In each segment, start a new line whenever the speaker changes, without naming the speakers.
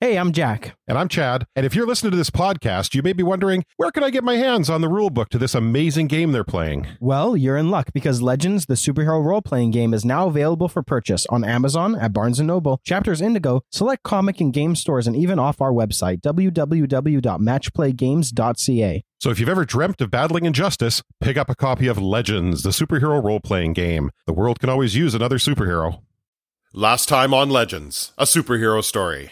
Hey, I'm Jack.
And I'm Chad. And if you're listening to this podcast, you may be wondering where can I get my hands on the rulebook to this amazing game they're playing?
Well, you're in luck because Legends, the superhero role-playing game, is now available for purchase on Amazon, at Barnes & Noble, Chapters Indigo, select comic and game stores, and even off our website, www.matchplaygames.ca.
So if you've ever dreamt of battling injustice, pick up a copy of Legends, the superhero role playing game. The world can always use another superhero. Last time on Legends, a superhero story.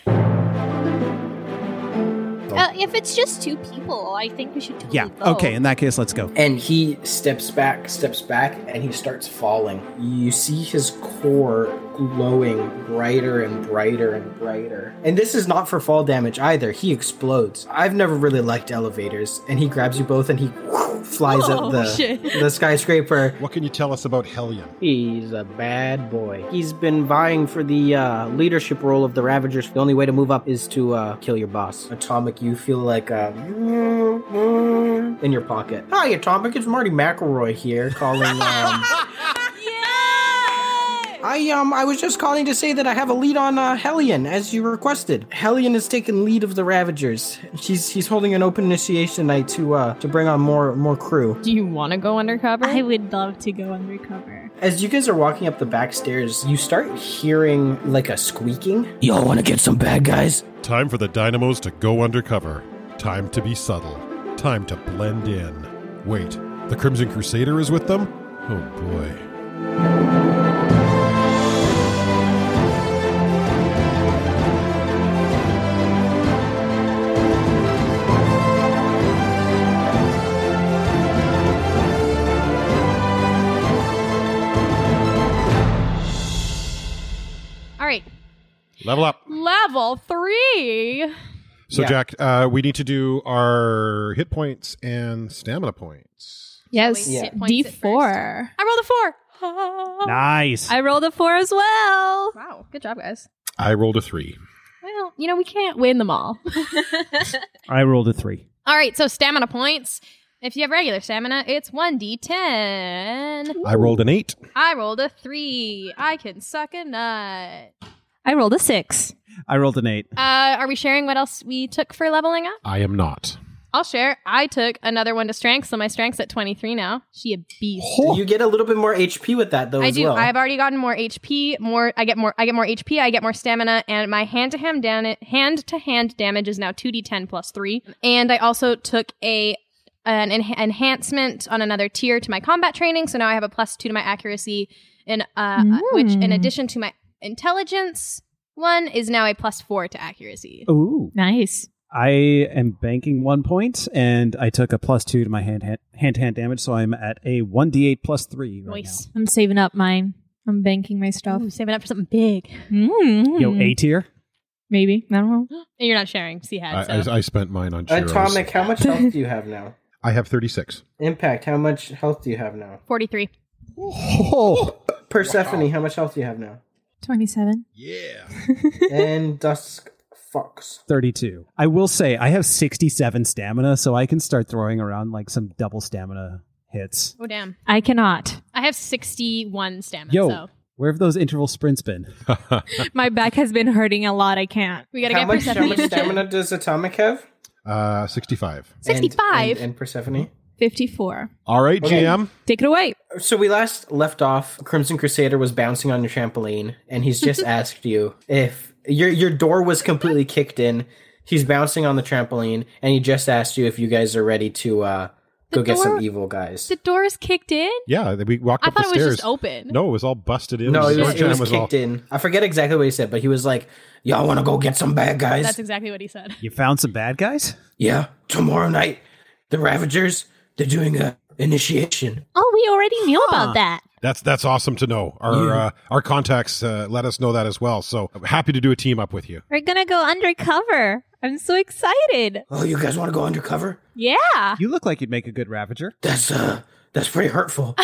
Uh, if it's just two people, I think we should totally
Yeah.
go.
Okay. In that case, let's go.
And he steps back, steps back, and he starts falling. You see his core glowing brighter and brighter and brighter. And this is not for fall damage either. He explodes. I've never really liked elevators. And he grabs you both and he flies
Oh,
up the,
shit.
the skyscraper.
What can you tell us about Hellion?
He's a bad boy. He's been vying for the uh, leadership role of the Ravagers. The only way to move up is to uh, kill your boss. Atomic, you feel like uh, in your pocket. Hi, Atomic. It's Marty McElroy here calling. Um, I um I was just calling to say that I have a lead on uh, Hellion as you requested. Hellion has taken lead of the Ravagers. She's she's holding an open initiation night to uh to bring on more more crew.
Do you want to go undercover?
I would love to go undercover.
As you guys are walking up the back stairs, you start hearing like a squeaking. Y'all want to get some bad guys?
Time for the dynamos to go undercover. Time to be subtle. Time to blend in. Wait, the Crimson Crusader is with them? Oh boy.
All right.
Level up.
Level three.
So,
Yeah.
Jack, uh, we need to do our hit points and stamina points.
Yes.
Yeah.
D4.
I rolled a four.
Nice.
I rolled a four as well.
Wow. Good job, guys.
I rolled a three.
Well, you know, we can't win them all.
I rolled a three.
all right. So, stamina points. If you have regular stamina, it's 1d10.
I rolled an eight.
I rolled a three. I can suck a nut.
I rolled a six.
I rolled an eight.
Uh, are we sharing what else we took for leveling up?
I am not.
I'll share. I took another one to strength, so my strength's at 23 now. She a beast.
You get a little bit more HP with that though
I
as
do.
well.
I've already gotten more HP. More. I get more. I get more HP. I get more stamina, and my hand to hand down hand to hand damage is now two d ten plus three. And I also took a an en- enhancement on another tier to my combat training, so now I have a plus two to my accuracy, and uh, uh, which in
Mm.
addition to my intelligence one is now a plus four to accuracy.
Ooh.
Nice.
I am banking one point, and I took a plus two to my hand hand to hand damage, so I'm at a one d eight plus three right
Nice.
I'm saving up mine. I'm banking my stuff.
Ooh, saving up for something big.
now.
Mm.
Hmm.
Yo, eh. A tier.
Maybe. I don't know.
And you're not sharing. See, had
I, uh,
so.
I, I spent mine on churros.
Atomic, how much health do you have now?
I have 36.
Impact, how much health do you have now?
forty three.
Oh.
Persephone, how much health do you have now?
27.
Yeah.
and Dusk Fox.
32. I will say I have 67 stamina, so I can start throwing around like some double stamina hits.
Oh damn!
I cannot.
I have sixty one stamina.
Yo,
So
where have those interval sprints been?
My back has been hurting a lot. I can't.
we gotta
how
get
much, how
Persephone.
much
in the gym.
stamina does Atomic have?
uh, 65.
And-
65.
And, and Persephone.
54.
All right,
Okay.
GM.
Take it away.
So we last left off. Crimson Crusader was bouncing on your trampoline, and he's just asked you if your your door was completely kicked in. He's bouncing on the trampoline, and he just asked you if you guys are ready to uh,
The
go get
door-
some evil guys.
The doors kicked in.
Yeah, we walked
I
up the
thought it was
stairs.
just open.
No, it was all busted in.
No, it was,
Jam
it was
all-
kicked in. I forget exactly what he said, but he was like, "Y'all want to go get some bad guys?
That's exactly what he said.
You found some bad guys?
yeah, tomorrow night, the Ravagers they're doing a initiation.
Oh, we already knew about that.
That's that's awesome to know. Our
Yeah.
uh, our contacts uh, let us know that as well. So I'm happy to do a team up with you.
We're going to go undercover. I'm so excited.
Oh, you guys want to go undercover?
Yeah.
You look like you'd make a good Ravager.
That's uh, that's pretty hurtful.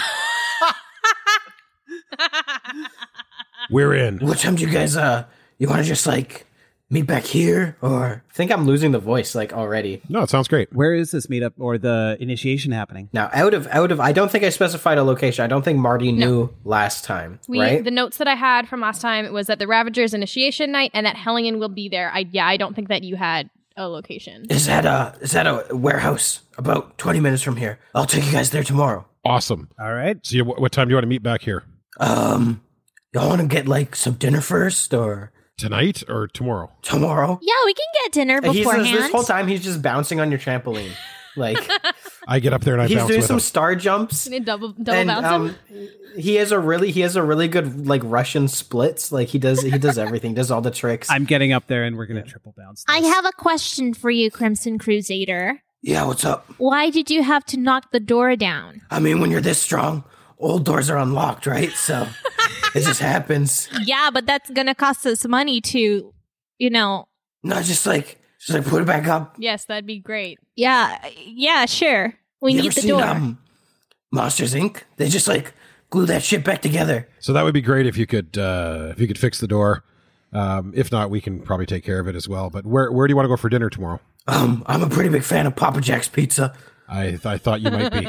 We're in.
What time do you guys uh you wanna just like meet back here or I think I'm losing the voice like already.
No, it sounds great.
Where is this meetup or the initiation happening?
Now out of out of I don't think I specified a location. I don't think Marty knew last time,
We
right?
the notes that I had from last time was that the Ravagers initiation night and that Hellion will be there. I yeah, I don't think that you had a location.
is that a is that a warehouse about 20 minutes from here? I'll take you guys there tomorrow.
Awesome.
All right.
So, you, what, what time do you want to meet back here?
Um y'all want to get like some dinner first or
Tonight or tomorrow?
tomorrow?
Yeah, we can get dinner
And he's
beforehand.
this whole time he's just bouncing on your trampoline. Like
I get up there and I
he's
bounce
doing
with
some
him.
star jumps.
Can you double double bounce
um,
him?
he has a really he has a really good like Russian splits. Like he does he does everything, does all the tricks.
I'm getting up there and we're going to triple bounce.
I
this.
have a question for you, Crimson Crusader.
yeah, what's up?
Why did you have to knock the door down?
I mean, when you're this strong, old doors are unlocked, right? So it just happens.
Yeah, but that's gonna cost us money to, you know.
No, just like just like put it back up.
Yes, that'd be great.
Yeah, yeah, sure. We
you
need
ever
the
seen,
door.
um, Monsters Inc. They just like glue that shit back together.
So that would be great if you could uh, if you could fix the door. Um, if not, we can probably take care of it as well. But where where do you want to go for dinner tomorrow?
Um, I'm a pretty big fan of Papa Jack's pizza.
I I thought you might be.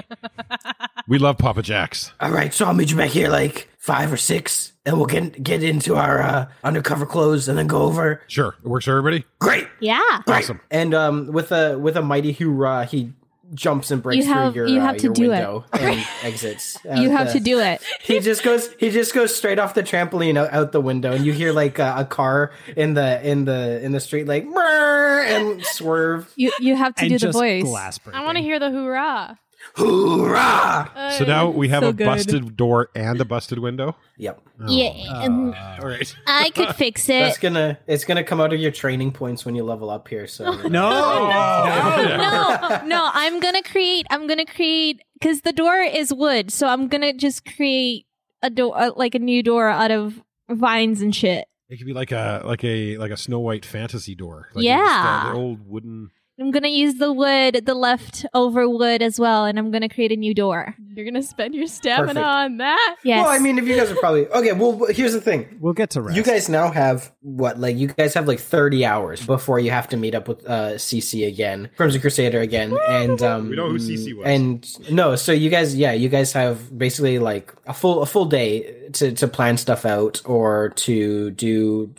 we love Papa Jack's.
All right, so I'll meet you back here like five or six, and we'll get get into our uh, undercover clothes and then go over.
Sure, it works for everybody.
Great.
yeah.
Awesome.
And um, with a with a mighty hoorah, he jumps and breaks
You have-
through your
you
uh,
have to
your
do it.
window and exits.
You
out
have
the-
to do it.
He just goes. He just goes straight off the trampoline out, out the window, and you hear like uh, a, a car in the in the in the street like "Brrr," and swerve.
You you have to
and
do the
just
voice.
glass breaking.
I want to hear the hoorah.
Hoorah!
So now we have
so
a
good.
busted door and a busted window. Oh,
Yep,
Yeah, um,
All right.
I could fix it.
that's gonna it's gonna come out of your training points when you level up here. So
Oh,
No.
no, no, I'm gonna create. I'm gonna create because the door is wood, so I'm gonna just create a door, uh, like a new door out of vines and shit.
It could be like a like a like a Snow White fantasy door. Like
Yeah.
just, uh, the old wooden.
I'm gonna use the wood, the leftover wood as well, and I'm gonna create a new door.
You're gonna spend your stamina
Perfect.
on that.
Yes.
Well, I mean, if you guys are probably okay. Well, here's the thing.
We'll get to rest.
You guys now have what? Like you guys have like thirty hours before you have to meet up with uh CC again, Crimson Crusader again, and um,
We know who CC was.
And no, so you guys, yeah, you guys have basically like a full a full day to to plan stuff out or to do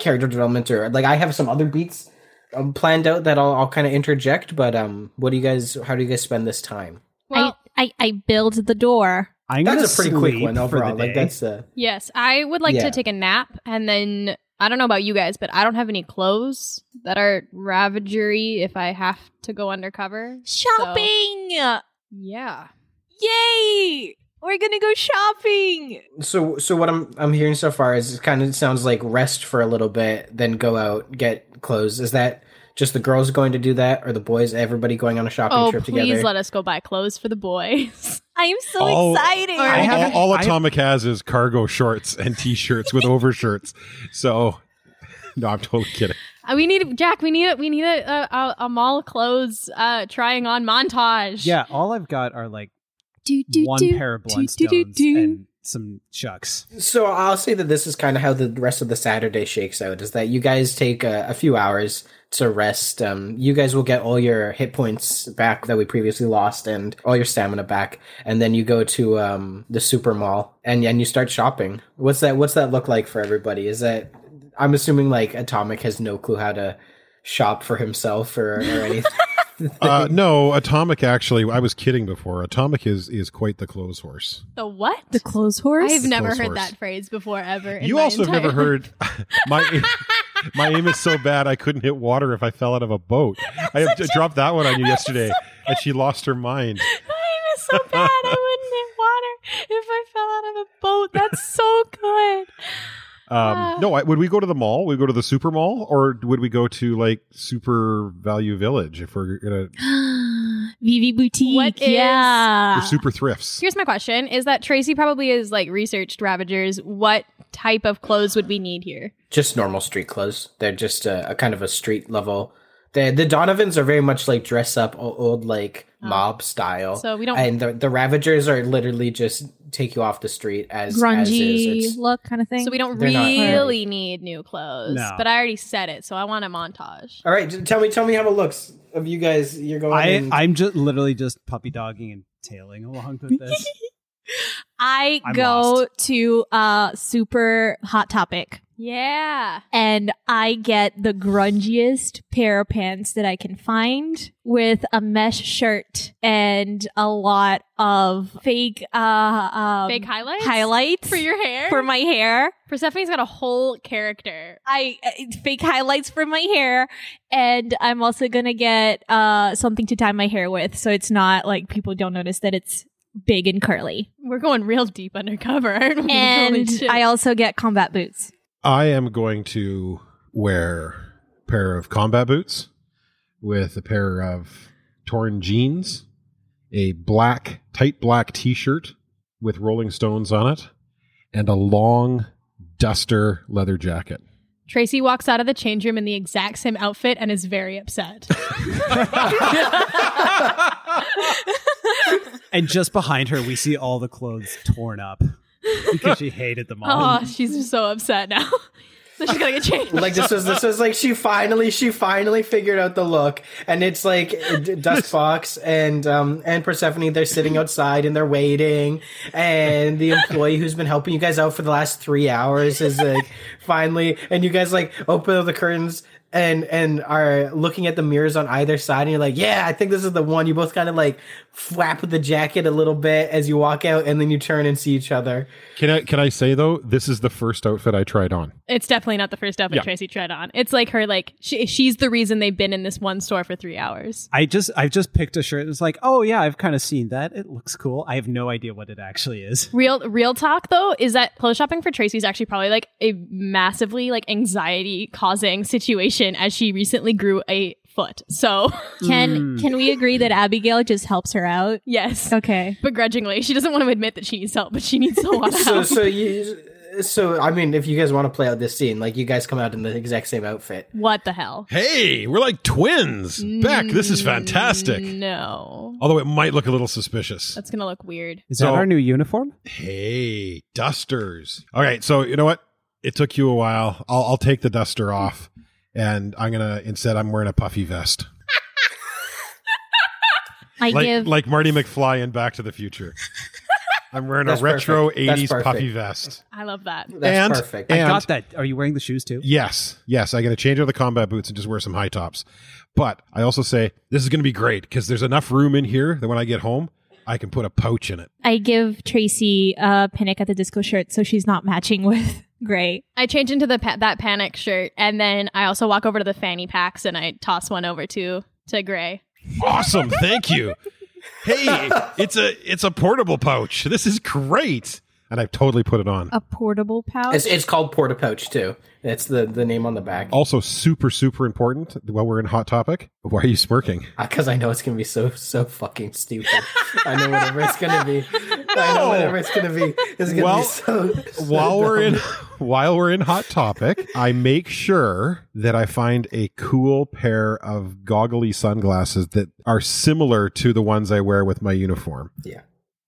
character development or like I have some other beats um, planned out that I'll, I'll kind of interject. But um, what do you guys? How do you guys spend this time?
Well,
I, I, I build the door.
I'm gonna
That's a pretty quick
sleep
one
for the
overall. Like
day.
that's uh,
yes, I would like
Yeah.
to take a nap and then I don't know about you guys, but I don't have any clothes that are ravagery if I have to go undercover.
Shopping!
Yeah.
Yay! We're gonna go shopping.
So, so what I'm I'm hearing so far is it kind of sounds like rest for a little bit, then go out get clothes. Is that just the girls going to do that, or the boys? Everybody going on a shopping
Oh,
trip
please
together?
let us go buy clothes for the boys.
I'm so
Oh,
excited.
I
All-
haven't-
all,
I have-
Atomic has is cargo shorts and t-shirts with overshirts. So, no, I'm totally kidding.
Uh, we need Jack. We need a, we need a a, a, a mall clothes uh, trying on montage.
Yeah, all I've got are like
do, do,
one
do,
pair of
do, do, do,
Blundstones
do.
and some chucks.
so I'll say that this is kind of how the rest of the Saturday shakes out. Is that you guys take a, a few hours to rest? Um, you guys will get all your hit points back that we previously lost, and all your stamina back, and then you go to um, the super mall and and you start shopping. What's that? What's that look like for everybody? Is that I'm assuming like Atomic has no clue how to shop for himself or, or anything.
Uh, no, Atomic actually. I was kidding before. Atomic is is quite the clothes horse.
The what?
clothes horse?
I've never
Clothes
heard
horse.
that phrase before ever. in
you
my
also have never
entire-
heard my my aim is so bad I couldn't hit water if I fell out of a boat. I have dropped that one on you yesterday, and she lost her mind.
My aim is so bad. I wouldn't hit water if I fell out of a boat. That's so good. Ah.
Um, no, I, would we go to the mall? Would we go to the super mall, or would we go to like Super Value Village if we're gonna
Vivi Boutique.
What is-
yeah.
or Super Thrifts?
Here's my question: Is that Tracy probably is like researched Ravagers? What type of clothes would we need here?
just normal street clothes. They're just a, a kind of a street level
The the Donovans are very much like dress up o- old like
Oh.
mob style.
So we don't
and the, the Ravagers are literally just take you off the street as as
grungy
is. It's-
look kind of thing.
so we don't
They're not-
really need new clothes.
No.
But I already said it, so I want a montage.
All right, j- tell me tell me how it looks of you guys. You're going.
I,
in-
I'm just literally just puppy dogging and tailing along with this.
I
I'm
go
lost.
to uh super hot topic
Yeah.
and I get the grungiest pair of pants that I can find with a mesh shirt and a lot of fake uh um,
Big highlights?
highlights
For your hair?
for my hair.
Persephone's got a whole character.
I uh, fake highlights for my hair, and I'm also gonna get uh something to dye my hair with, so it's not like people don't notice that it's big and curly.
We're going real deep undercover, aren't we? Holy
And
shit.
I also get combat boots.
I am going to wear a pair of combat boots with a pair of torn jeans, a black, tight black t shirt with Rolling Stones on it, and a long duster leather jacket.
Tracy walks out of the change room in the exact same outfit and is very upset.
and just behind her, we see all the clothes torn up because she hated them all.
oh, she's just so upset now. so she's gonna get changed.
like this was this was like she finally she finally figured out the look and it's like D- Dust Fox and um and Persephone they're sitting outside and they're waiting and the employee who's been helping you guys out for the last 3 hours is like finally and you guys like open up the curtains and and are looking at the mirrors on either side and you're like yeah I think this is the one you both kind of like flap the jacket a little bit as you walk out and then you turn and see each other
Can I can I say though, this is the first outfit I tried on.
It's definitely not the first outfit
Yeah.
Tracy tried on. It's like her, like she, she's the reason they've been in this one store for three hours.
I just I've just picked a shirt and it's like, oh yeah, I've kind of seen that. It looks cool. I have no idea what it actually is.
Real, real talk though is that clothes shopping for Tracy is actually probably like a massively like anxiety causing situation as she recently grew a foot. So
Can
Mm.
can we agree that Abigail just helps her out?
yes,
Okay.
begrudgingly, she doesn't want to admit that she needs help, but she needs a lot of
so
help.
so you so I mean, if you guys want to play out this scene, like you guys come out in the exact same outfit.
what the hell? Mm,
Hey, we're like twins. Beck, this is fantastic.
No,
Although it might look a little suspicious.
that's gonna look weird.
Is
So-
that our new uniform?
Hey, dusters. All right, so you know what? It took you a while. I'll, I'll take the duster off, and I'm gonna instead I'm wearing a puffy vest,
I
like
give
like Marty McFly in Back to the Future. I'm wearing
That's
a retro
perfect. That's
'80s puffy
perfect.
vest.
I love that.
That's
And-
perfect.
and-
I got that. Are you wearing the shoes too?
Yes, yes, I'm gonna change out the combat boots and just wear some high tops. But I also say this is gonna be great because there's enough room in here that when I get home, I can put a pouch in it.
I give Tracy a panic at the disco shirt so she's not matching with Gray.
I change into the pa- that panic shirt, and then I also walk over to the fanny packs and I toss one over to to Gray.
Awesome, thank you. Hey, it's a it's a portable pouch. This is great. And I've totally put it on.
A portable pouch.
It's, it's called Porta Poach too. That's the, the name on the back.
Also, super, super important while we're in Hot Topic. Why are you smirking?
Because Uh, I know it's gonna be so so fucking stupid. I know whatever it's gonna be. I know whatever it's gonna be. It's gonna
Well,
be so. so
While we're in
dumb.
while we're in Hot Topic, I make sure that I find a cool pair of goggly sunglasses that are similar to the ones I wear with my uniform.
Yeah.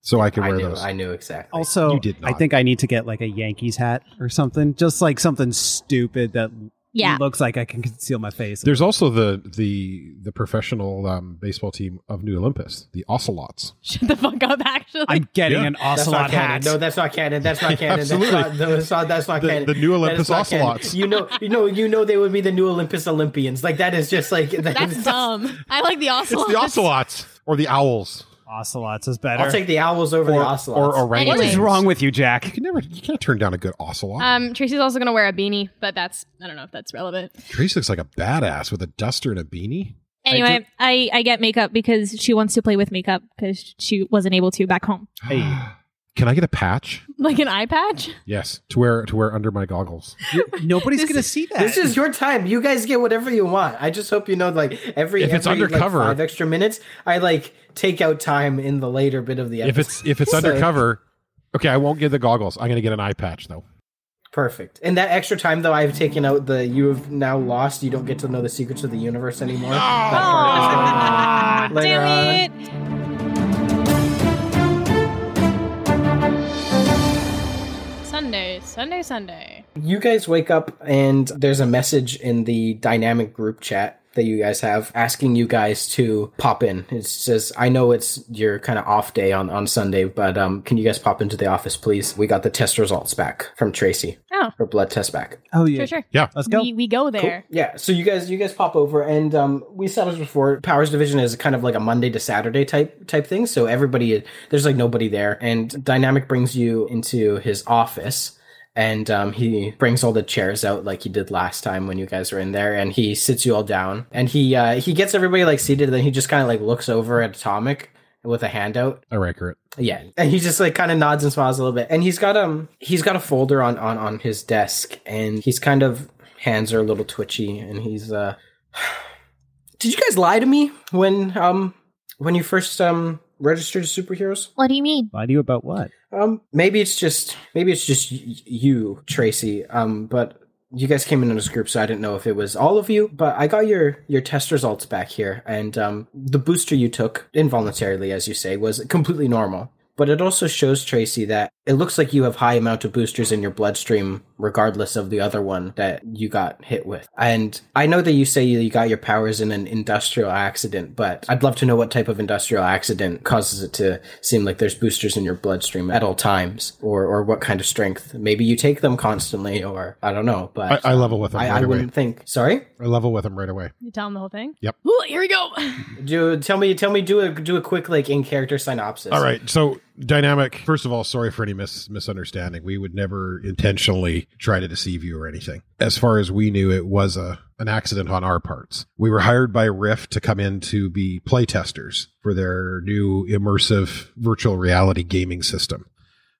So I can
I
wear
knew,
those.
I knew exactly.
Also,
You did
I
not.
think I need to get like a Yankees hat or something, just like something stupid that
yeah.
looks like I can conceal my face.
There's also the the the professional um, baseball team of New Olympus, the Ocelots.
Shut the fuck up. Actually,
I'm getting
Yeah.
an
That's not
ocelot
canon.
hat.
No, that's not canon. That's not canon.
Absolutely.
That's not, no, that's not, that's not
The-
canon.
the new
That is
Olympus
not canon.
ocelots.
You know, you know, you know, they would be the new Olympus Olympians. Like that is just like that
that's
is-
dumb. I like the
It's
ocelot.
the Ocelots or the Owls
Ocelots is better.
I'll take the owls over
or,
the
or
ocelots.
orangutans.
what is wrong with you, Jack?
You can never you can't turn down a good ocelot.
Um, Tracy's also gonna wear a beanie, but that's I don't know if that's relevant.
Trace looks like a badass with a duster and a beanie.
Anyway, I, I get makeup because she wants to play with makeup because she wasn't able to back home.
Hey.
Can I get a patch?
Like an eye patch.
Yes, to wear to wear under my goggles.
You- nobody's
This
going to see that.
This is your time. You guys get whatever you want. I just hope you know, like every
If it's
every, like,
undercover-
five extra minutes, I like take out time in the later bit of the
If
episode.
it's if it's
So-
undercover, okay, I won't get the goggles. I'm gonna get an eye patch though.
Perfect. And that extra time, though, I've taken out the you have now lost. You don't get to know the secrets of the universe anymore. That
Ah!
part is gone later on.
Damn it! Sunday, Sunday, Sunday.
You guys wake up and there's a message in the dynamic group chat that you guys have asking you guys to pop in. It says, I know it's your kind of off day on, on Sunday, but um, can you guys pop into the office, please? We got the test results back from Tracy.
Oh.
Her blood test back.
Oh yeah,
Sure, sure.
Yeah.
let's go.
We, we go there.
Yeah, so you guys you guys pop over and um, we said this before. Powers Division is kind of like a Monday to Saturday type type thing. So everybody there's like nobody there, and Dynamic brings you into his office, and um, he brings all the chairs out like he did last time when you guys were in there, and he sits you all down, and he uh, he gets everybody like seated, and then he just kind of like looks over at Atomic with a handout,
I ranker it.
yeah, and he just like kind of nods and smiles a little bit, and he's got um he's got a folder on on on his desk, and he's kind of hands are a little twitchy, and he's uh, did you guys lie to me when um when you first um registered as superheroes?
What do you mean?
Lie to you about what?
Um, maybe it's just maybe it's just y- y- you, Tracy. Um, but you guys came in in this group, so I didn't know if it was all of you. But I got your your test results back here, and um, the booster you took involuntarily, as you say, was completely normal. But it also shows Tracy that it looks like you have high amount of boosters in your bloodstream, regardless of the other one that you got hit with. And I know that you say you got your powers in an industrial accident, but I'd love to know what type of industrial accident causes it to seem like there's boosters in your bloodstream at all times, or or what kind of strength. Maybe you take them constantly, or I don't know.
I,
But
I level with him
I,
right
I
away.
wouldn't think. Sorry,
I level with him right away.
You tell him the whole thing.
Yep.
Ooh, here we go.
do tell me tell me do a do a quick like in character synopsis.
All right. So dynamic. First of all, sorry for any mis- misunderstanding. We would never intentionally try to deceive you or anything. As far as we knew, it was a an accident on our parts. We were hired by Rift to come in to be playtesters for their new immersive virtual reality gaming system,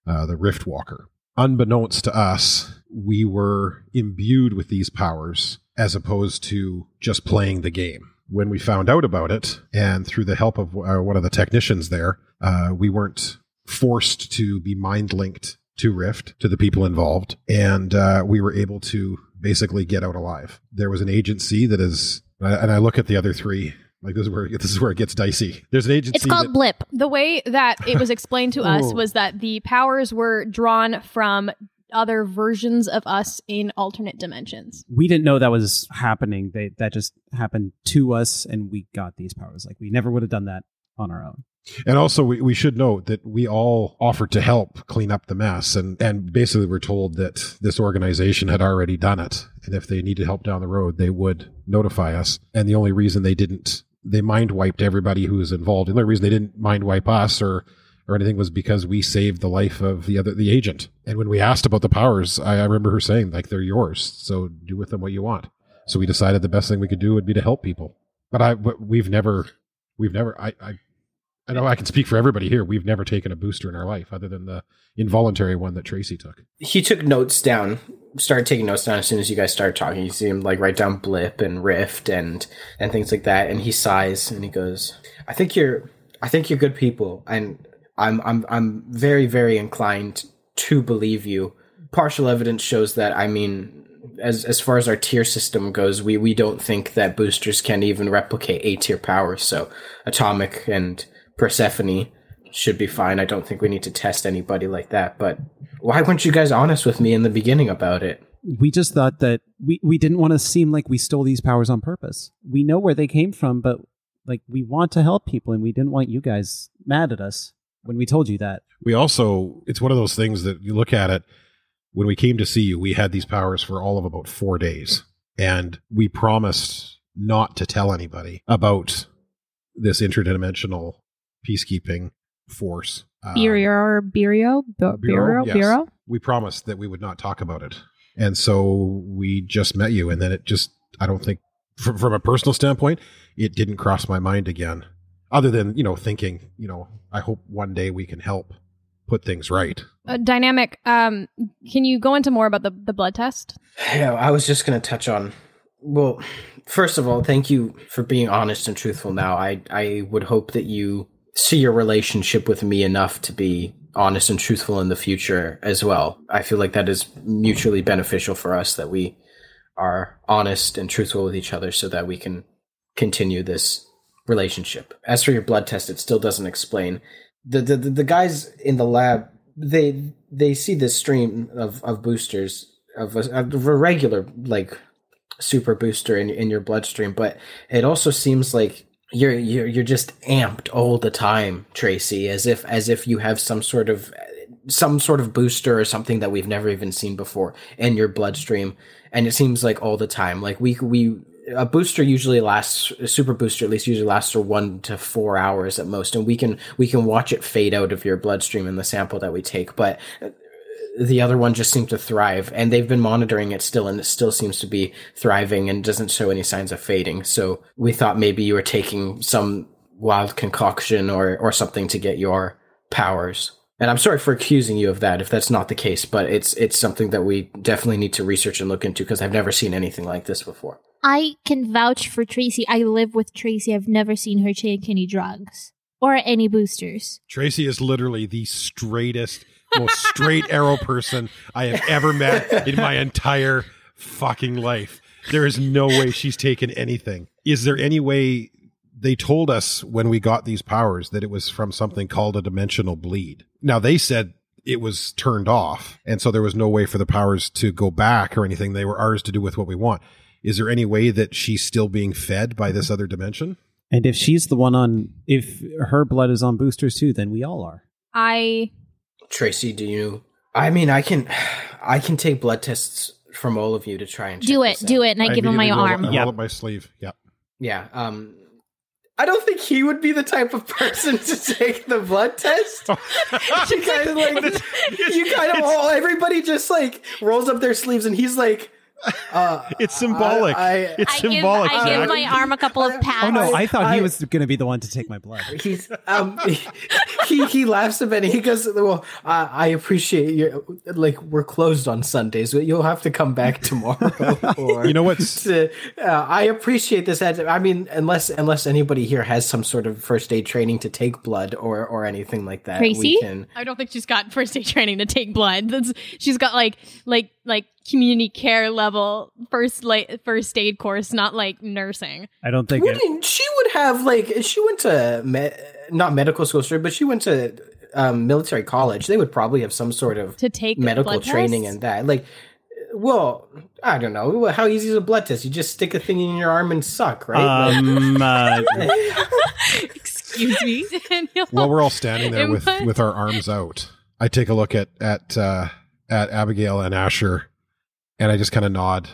uh, the Rift Walker. Unbeknownst to us, we were imbued with these powers as opposed to just playing the game. When we found out about it, and through the help of uh, one of the technicians there, uh, we weren't forced to be mind linked to Rift, to the people involved, and uh, we were able to basically get out alive. There was an agency that is, and I look at the other three. Like this is where this is where it gets dicey. There's an agency.
It's called
that-
Blip.
The way that it was explained to us
Ooh.
was that the powers were drawn from other versions of us in alternate dimensions.
We didn't know that was happening. They that just happened to us, and we got these powers. Like we never would have done that on our own.
And also, we, we should note that we all offered to help clean up the mess, and, and basically were told that this organization had already done it, and if they needed help down the road, they would notify us. And the only reason they didn't, they mind wiped everybody who was involved. The only reason they didn't mind wipe us or or anything was because we saved the life of the other the agent. And when we asked about the powers, I, I remember her saying like they're yours, so do with them what you want. So we decided the best thing we could do would be to help people. But I but we've never we've never I. I I know I can speak for everybody here. We've never taken a booster in our life other than the involuntary one that Tracy took.
he took notes down started taking notes down as soon as you guys started talking you see him like write down blip and rift and and things like that and he sighs and he goes i think you're i think you're good people and i'm i'm i'm very very inclined to believe you partial evidence shows that i mean as as far as our tier system goes we we don't think that boosters can even replicate a tier powers so atomic and persephone should be fine i don't think we need to test anybody like that but why weren't you guys honest with me in the beginning about it?
we just thought that we, we didn't want to seem like we stole these powers on purpose. We know where they came from, but like we want to help people and we didn't want you guys mad at us when we told you that.
we also it's one of those things that you look at it when we came to see you we had these powers for all of about four days and we promised not to tell anybody about this interdimensional peacekeeping force Um,
Bureau, Bureau,
Bureau,
Bu- Bureau,
yes.
Bureau.
we promised that we would not talk about it and so we just met you and then it just i don't think from, from a personal standpoint it didn't cross my mind again other than you know thinking you know i hope one day we can help put things right
Uh, dynamic. Um, can you go into more about the the blood test?
Yeah, I was just gonna touch on. Well, first of all, thank you for being honest and truthful. Now, I I would hope that you see your relationship with me enough to be honest and truthful in the future as well. I feel like that is mutually beneficial for us that we are honest and truthful with each other so that we can continue this relationship. As for your blood test, it still doesn't explain. The the, the, the guys in the lab they they see this stream of, of boosters of a, of a regular like super booster in, in your bloodstream, but it also seems like you're you're you're just amped all the time, Tracy, as if as if you have some sort of some sort of booster or something that we've never even seen before in your bloodstream, and it seems like all the time, like we we a booster usually lasts a super booster at least usually lasts for one to four hours at most and we can we can watch it fade out of your bloodstream in the sample that we take but the other one just seemed to thrive and they've been monitoring it still and it still seems to be thriving and doesn't show any signs of fading so we thought maybe you were taking some wild concoction or or something to get your powers and i'm sorry for accusing you of that if that's not the case but it's it's something that we definitely need to research and look into because i've never seen anything like this before
I can vouch for Tracy. I live with Tracy. I've never seen her take any drugs or any boosters.
Tracy is literally the straightest, most straight arrow person I have ever met in my entire fucking life. There is no way she's taken anything. Is there any way they told us when we got these powers that it was from something called a dimensional bleed? Now they said it was turned off, and so there was no way for the powers to go back or anything. They were ours to do with what we want. Is there any way that she's still being fed by this other dimension?
And if she's the one on, if her blood is on boosters too, then we all are.
I
tracy do you i mean i can i can take blood tests from all of you to try and check
Do it,
this out.
do it. And I, give him my
immediately roll-
arm.
I roll
Yep.
up my sleeve. Yep.
yeah um i don't think he would be the type of person to take the blood test you guys like you kind of all everybody just like rolls up their sleeves and he's like uh
It's symbolic.
I- I-
it's
I give,
symbolic.
I
Zach.
give my arm a couple of pats.
Oh no, I thought
I-
he was going to be the one to take my blood.
He's um he he laughs a bit. and He goes, "Well, I, I appreciate you. Like we're closed on Sundays, but you'll have to come back tomorrow." or,
you know what's
to- uh, I appreciate this. ad- I mean, unless unless anybody here has some sort of first aid training to take blood or or anything like that,
Tracy?
we can.
I don't think she's got first aid training to take blood. That's she's got like like like community care level first like first aid course, not like nursing.
I don't think it,
Wouldn't she would have like she went to me- not medical school, sorry, but she went to um, military college. They would probably have some sort of
To take
medical
blood
training
tests?
and that. Like, well, I don't know. How easy is a blood test? You just stick a thing in your arm and suck, right?
Um, uh,
excuse me. Daniel.
while we're all standing there
Am
with
I-
with our arms out. I take a look at at uh, at Abigail and Asher, and I just kind of nod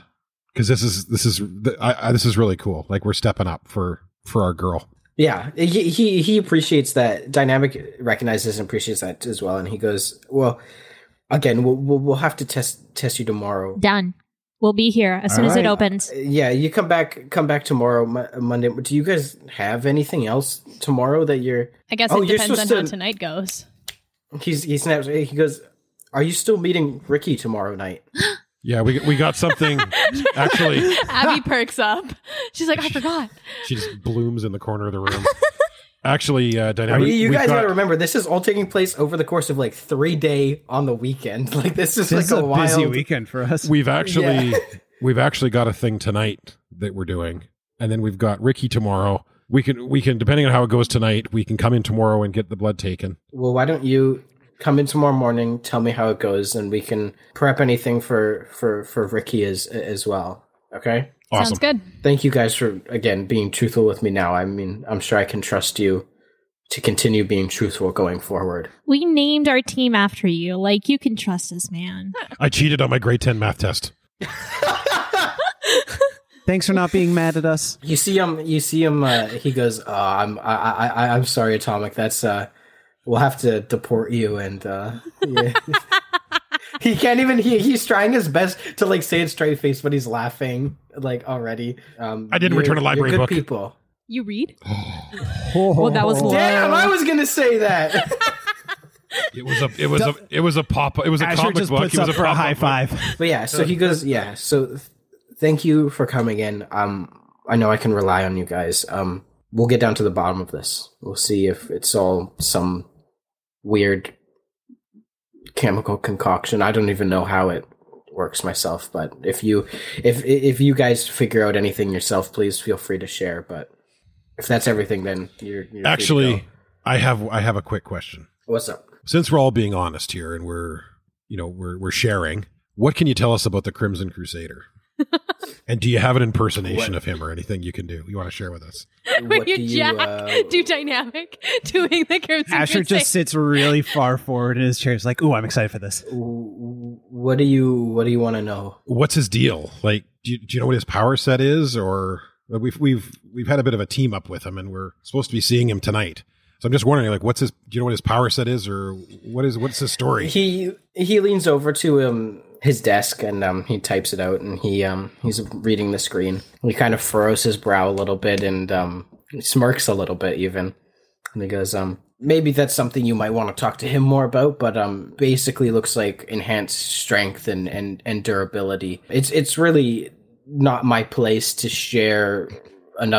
because this is this is I, I, this is really cool. Like we're stepping up for for our girl.
yeah, he, he he appreciates that. Dynamic recognizes and appreciates that as well, and he goes, "Well, again, we'll we'll, we'll have to test test you tomorrow."
Done. We'll be here as soon as it opens.
Yeah, you come back come back tomorrow Mo- Monday. Do you guys have anything else tomorrow that you're?
I guess
Oh,
it
you're
depends on
supposed
how
to-
tonight goes.
He's he snaps. He goes, "Are you still meeting Ricky tomorrow night?"
Yeah, we we got something. Actually,
Abby perks up. She's like, I forgot.
she just blooms in the corner of the room. Actually, uh,
You,
dynamic.
you
we've
guys
got-
gotta remember, this is all taking place over the course of like three day on the weekend. Like this is
this is
like
a
a, wild.
busy weekend for us.
We've actually
Yeah.
we've actually got a thing tonight that we're doing, and then we've got Ricky tomorrow. We can we can depending on how it goes tonight, we can come in tomorrow and get the blood taken.
Well, why don't you come in tomorrow morning? Tell me how it goes, and we can prep anything for for for Ricky as as well. Okay.
Awesome.
Sounds good.
Thank you guys for again being truthful with me. Now, I mean, I'm sure I can trust you to continue being truthful going forward.
We named our team after you. Like you can trust us, man.
I cheated on my grade ten math test.
Thanks for not being mad at us.
You see him. You see him. Uh, he goes. Uh, I'm. I, I. I- I'm sorry, Atomic. That's. uh We'll have to deport you. And uh yeah. he can't even. He, he's trying his best to like say it straight face, but he's laughing like already. Um,
I didn't
you're-
return a
you're
library
good
book.
People.
You read?
Well,
that was low.
Damn, I was gonna say that.
It was a it was a it was a pop it was a
Asher
comic
just
book.
puts
it was
up for a
pop-up
high
book.
five.
but yeah. So he goes. Yeah. So th- thank you for coming in. Um, I know I can rely on you guys. Um, we'll get down to the bottom of this. We'll see if it's all some weird chemical concoction. I don't even know how it works myself, but if you if if you guys figure out anything yourself, please feel free to share. But if that's everything, then you're, you're free to go.
Actually, I have I have a quick question.
what's up?
Since we're all being honest here and we're you know we're we're sharing, what can you tell us about the Crimson Crusader? and do you have an impersonation
What?
of him or anything you can do? You want to share with us?
What
you
do
Jack
uh,
do dynamic doing the Crimson
Asher
Crusade.
just sits really far forward in his chair. He's like, "Ooh, I'm excited for this."
what do you what do you want to know?
What's his deal? Like, do you, do you know what his power set is? Or like, we've we've we've had a bit of a team up with him, and we're supposed to be seeing him tonight. So I'm just wondering, like, what's his? Do you know what his power set is, or what is what's his story?
He he leans over to um his desk and um he types it out and he um he's reading the screen. He kind of furrows his brow a little bit and um smirks a little bit even. And he goes, um maybe that's something you might want to talk to him more about, but um basically looks like enhanced strength and and, and durability. It's it's really not my place to share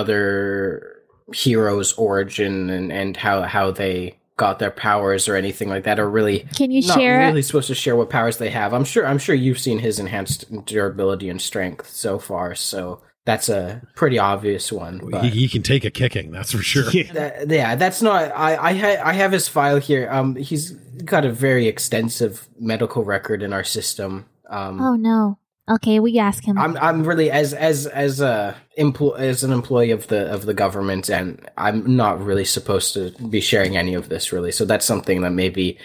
another hero's origin and, and how, how they got their powers or anything like that or really
Can you
not
share?
really supposed to share what powers they have. I'm sure. I'm sure you've seen his enhanced durability and strength so far. So that's a pretty obvious one. But
he, he can take a kicking, that's for sure.
that- yeah, that's not. I I, ha- I have his file here. Um, he's got a very extensive medical record in our system. Um,
oh no. Okay, we ask
Oh.
him.
I'm I'm really as as as a empl- as an employee of the of the government, and I'm not really supposed to be sharing any of this really. So that's something that maybe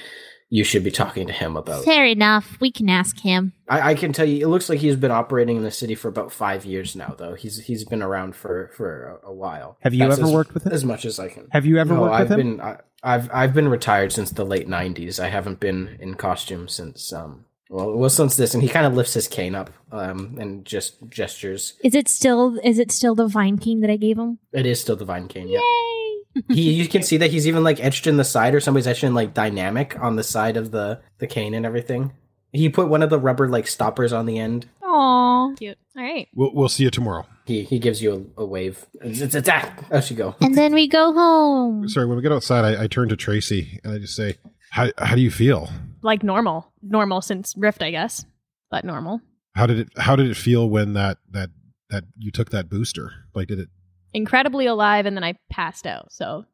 you should be talking to him about.
Fair enough. We can ask him.
I, I can tell you, it looks like he's been operating in the city for about five years now. Though he's he's been around for for a, a while.
Have you
That's
ever
as-
worked with him?
As much as I can.
Have you ever
No,
worked
I've
with him?
been I, I've I've been retired since the late '90s. I haven't been in costume since um well well since this. And he kind of lifts his cane up um and just gestures.
Is it still? Is it still the vine king that I gave him?
It is still the vine cane. Yeah.
Yay!
he you can see that he's even like etched in the side or somebody's etched in like dynamic on the side of the the cane and everything. He put one of the rubber like stoppers on the end.
Aw, cute. All right.
We'll we'll see you tomorrow.
He he gives you a, a wave. ah, Out you go.
And then we go
Mm-hmm.
home.
Sorry, when we get outside, I, I turn to Tracy and I just say, "How how do you feel?
Like normal. Normal since Rift, I guess. But normal.
How did it how did it feel when that that that you took that booster? Like, did it?
Incredibly alive, and then I passed out. So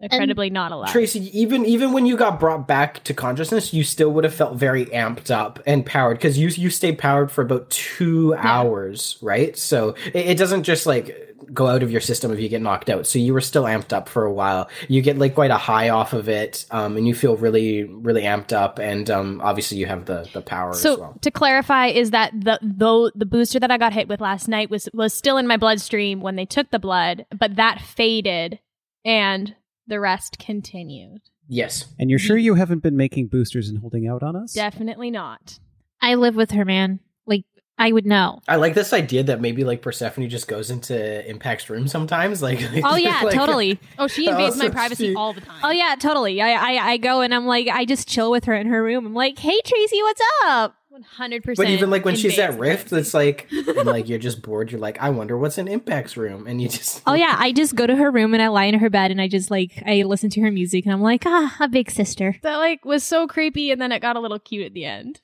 incredibly not alive.
Tracy, even even when you got brought back to consciousness, you still would have felt very amped up and powered because you you stayed powered for about two hours, right? So it, it doesn't just like go out of your system if you get knocked out. So you were still amped up for a while. You get like quite a high off of it, um, and you feel really really amped up. And um, obviously, you have the the power
so
as well.
to clarify is that the though the booster that I got hit with last night was was still in my bloodstream when they took the blood, but that faded and the rest continued.
Yes,
And you're sure you haven't been making boosters and holding out on us?
Definitely not.
I live with her, man. Like I would know.
I like this idea that maybe like Persephone just goes into Impact's room sometimes. Like,
Oh yeah,
like-
totally. Oh, she
Oh,
invades my
so
privacy
she-
all the time.
Oh yeah, totally. I, I I go and I'm like I just chill with her in her room. I'm like, hey Tracy, what's up?
one hundred percent.
But even like when she's at Rift, it's like and like you're just bored. You're like, I wonder what's in Impact's room, and you just
Oh yeah, I just go to her room and I lie in her bed and I just like I listen to her music and I'm like ah a big sister.
that like was so creepy, and then it got a little cute at the end.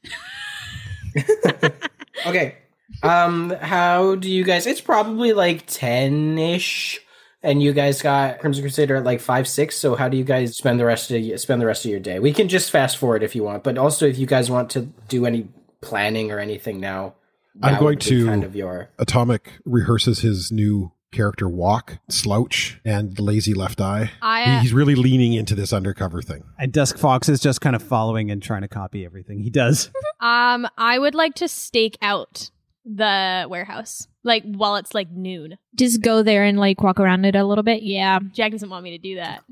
okay. Um, how do you guys? It's probably like ten ish, and you guys got Crimson Crusader at like five six. So how do you guys spend the rest of spend the rest of your day? We can just fast forward if you want, but also if you guys want to do any planning or anything now,
I'm
that
going
would be
to-
kind of your
Atomic rehearses his new character walk, slouch, and the lazy left eye.
I, uh,
He- he's really leaning into this undercover thing.
And Dusk Fox is just kind of following and trying to copy everything he does.
Um, I would like to stake out the warehouse, like while it's like noon.
Just go there and like walk around it a little bit. Yeah,
Jack doesn't want me to do that.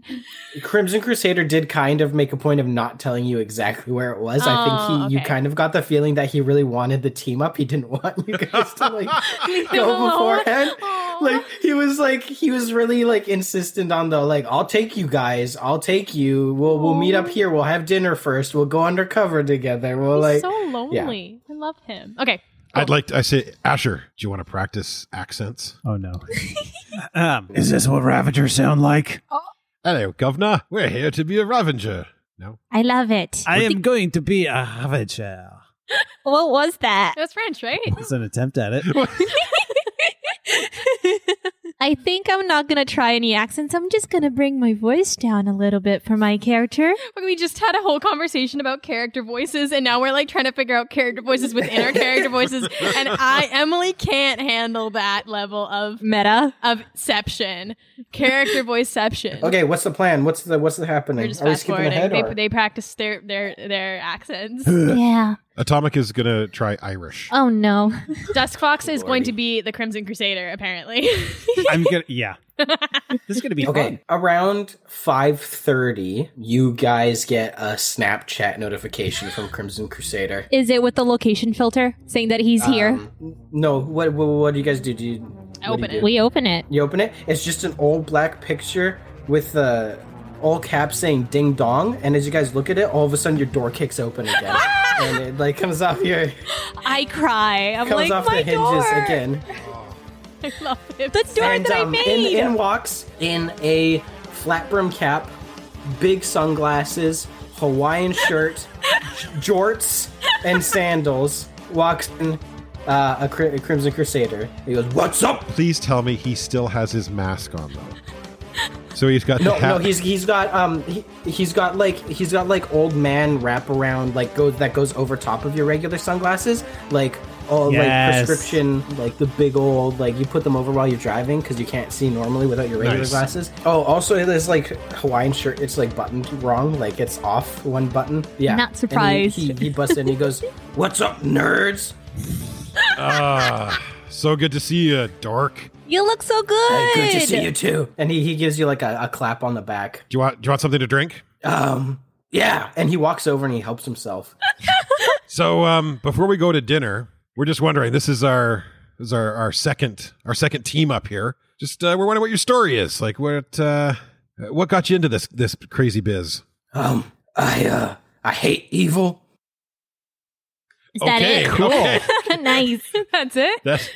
Crimson Crusader did kind of make a point of not telling you exactly where it was. I think
Oh,
he, you
okay.
kind of got the feeling that he really wanted the team up. He didn't want you guys to like
Leave him
go
alone.
beforehand.
Aw.
Like he was like he was really like insistent on the like I'll take you guys, I'll take you. We'll we'll meet up here. We'll have dinner first. We'll go undercover together. We'll
He's
like
so lonely. I love him. Okay.
I'd like to, I say, Asher, do you want to practice accents?
Oh no. um, is this what Ravagers sound like?
Hello, governor. We're here to be a ravenger. No.
I love it.
I am going to be a Ravager.
what was that?
That's French, right?
It's an attempt at it.
I think I'm not going to try any accents. I'm just going to bring my voice down a little bit for my character.
We just had a whole conversation about character voices, and now we're like trying to figure out character voices within our character voices. And I, Emily, can't handle that level of
Meta.
ofception, character voiceception.
Okay, what's the plan? What's the what's the happening?
We're just
Are we
fast
skipping
forwarding.
ahead?
they,
or-
they practice their their their accents.
yeah.
Atomic is going to try Irish.
Oh no.
Dusk Fox is going to be the Crimson Crusader, apparently.
I'm gonna yeah. This is gonna be
Okay, around 5:30, you guys get a Snapchat notification from Crimson Crusader.
Is it with the location filter saying that he's here?
Um, no, what, what what do you guys do? Do you what do
open
you
it.
do?
We open it.
You open it. It's just an all black picture with uh, all caps saying "ding dong," and as you guys look at it, all of a sudden your door kicks open again, and it like comes off your
I cry. I'm
comes
like,
off
my
the hinges
door.
again.
I love it.
The door
and
that
um,
I
in,
made.
in walks in a flat brim cap, big sunglasses, Hawaiian shirt, j- jorts, and sandals. Walks in uh, a, cri- a Crimson Crusader. He goes, "What's up?"
Please tell me he still has his mask on though. So he's got
No,
the hat.
no, Oh, he's he's got um he, he's got like he's got like old man wraparound like goes that goes over top of your regular sunglasses like all
Yes.
like prescription like the big old like you put them over while you're driving because you can't see normally without your regular
Nice.
glasses. Oh, also it is like Hawaiian shirt. It's like buttoned wrong, like it's off one button. Yeah,
Not
And he-
surprised.
he, he, busts in. He goes, "What's up, nerds?"
Ah, so good to see you, dork.
You look so good.
Hey, good to see you too. And he, he gives you like a, a clap on the back.
Do you want do you want something to drink?
Um, yeah. And he walks over and he helps himself.
So um, before we go to dinner, we're just wondering. This is our this is our, our second our second team up here. Just uh, we're wondering what your story is. Like what uh, what got you into this this crazy biz?
Um, I uh, I hate evil.
Is that
okay,
it?
cool.
nice.
That's it.
That's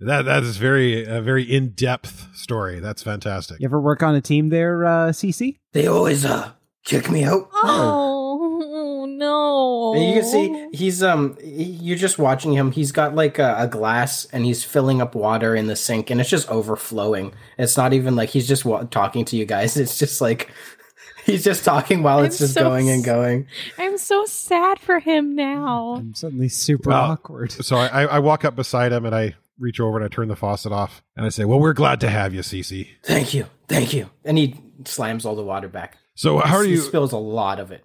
that that is very a very in depth story. That's fantastic.
You ever work on a team there, uh, CC?
They always uh kick me out.
Oh no.
And you can see he's um you're just watching him. He's got like a, a glass and he's filling up water in the sink and it's just overflowing. It's not even like he's just wa- talking to you guys. It's just like he's just talking while it's
I'm
just
so
going and
s-
going.
I'm so sad for him now.
I'm suddenly super
Well,
awkward.
So I, I I walk up beside him and I reach over and I turn the faucet off and I say, "Well, we're glad to have you, Cece."
Thank you, thank you. And he slams all the water back.
So how are
He
you?
spills a lot of it.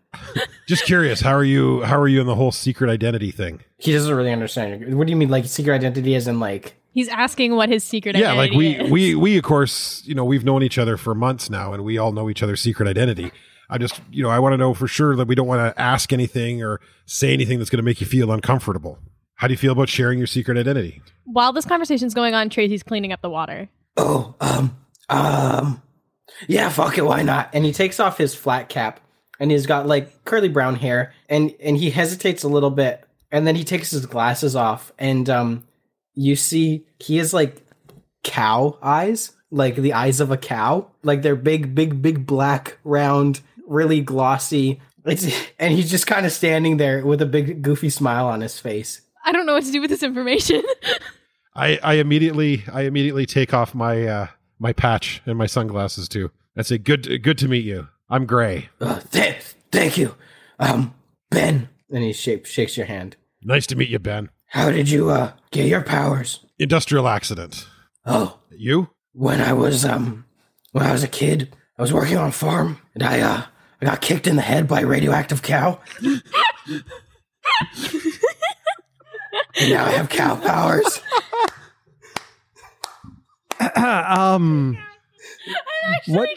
Just curious. How are you? How are you in the whole secret identity thing?
He doesn't really understand. What do you mean, like secret identity? As in, like
He's asking what his secret
yeah like
identity
we
is.
we we of course you know we've known each other for months now and we all know each other's secret identity i just you know i want to know for sure that we don't want to ask anything or say anything that's going to make you feel uncomfortable how do you feel about sharing your secret identity
While this conversation's going on, Tracy's cleaning up the water.
Oh, um, um, yeah, fuck it, why not? And he takes off his flat cap, and he's got like curly brown hair, and and he hesitates a little bit, and then he takes his glasses off, and um, you see he has like cow eyes, like the eyes of a cow, like they're big, big, big black, round, really glossy. It's, and he's just kind of standing there with a big goofy smile on his face.
I don't know what to do with this information.
i i immediately i immediately take off my uh my patch and my sunglasses too i say good good to meet you i'm gray
Uh, th- thank you, um, Ben. And he shape, shakes your hand.
nice to meet you ben
How did you uh get your powers?
industrial accident
Oh,
you
when I was um when I was a kid, I was working on a farm and I uh I got kicked in the head by a radioactive cow. and now I have cow powers.
um, what?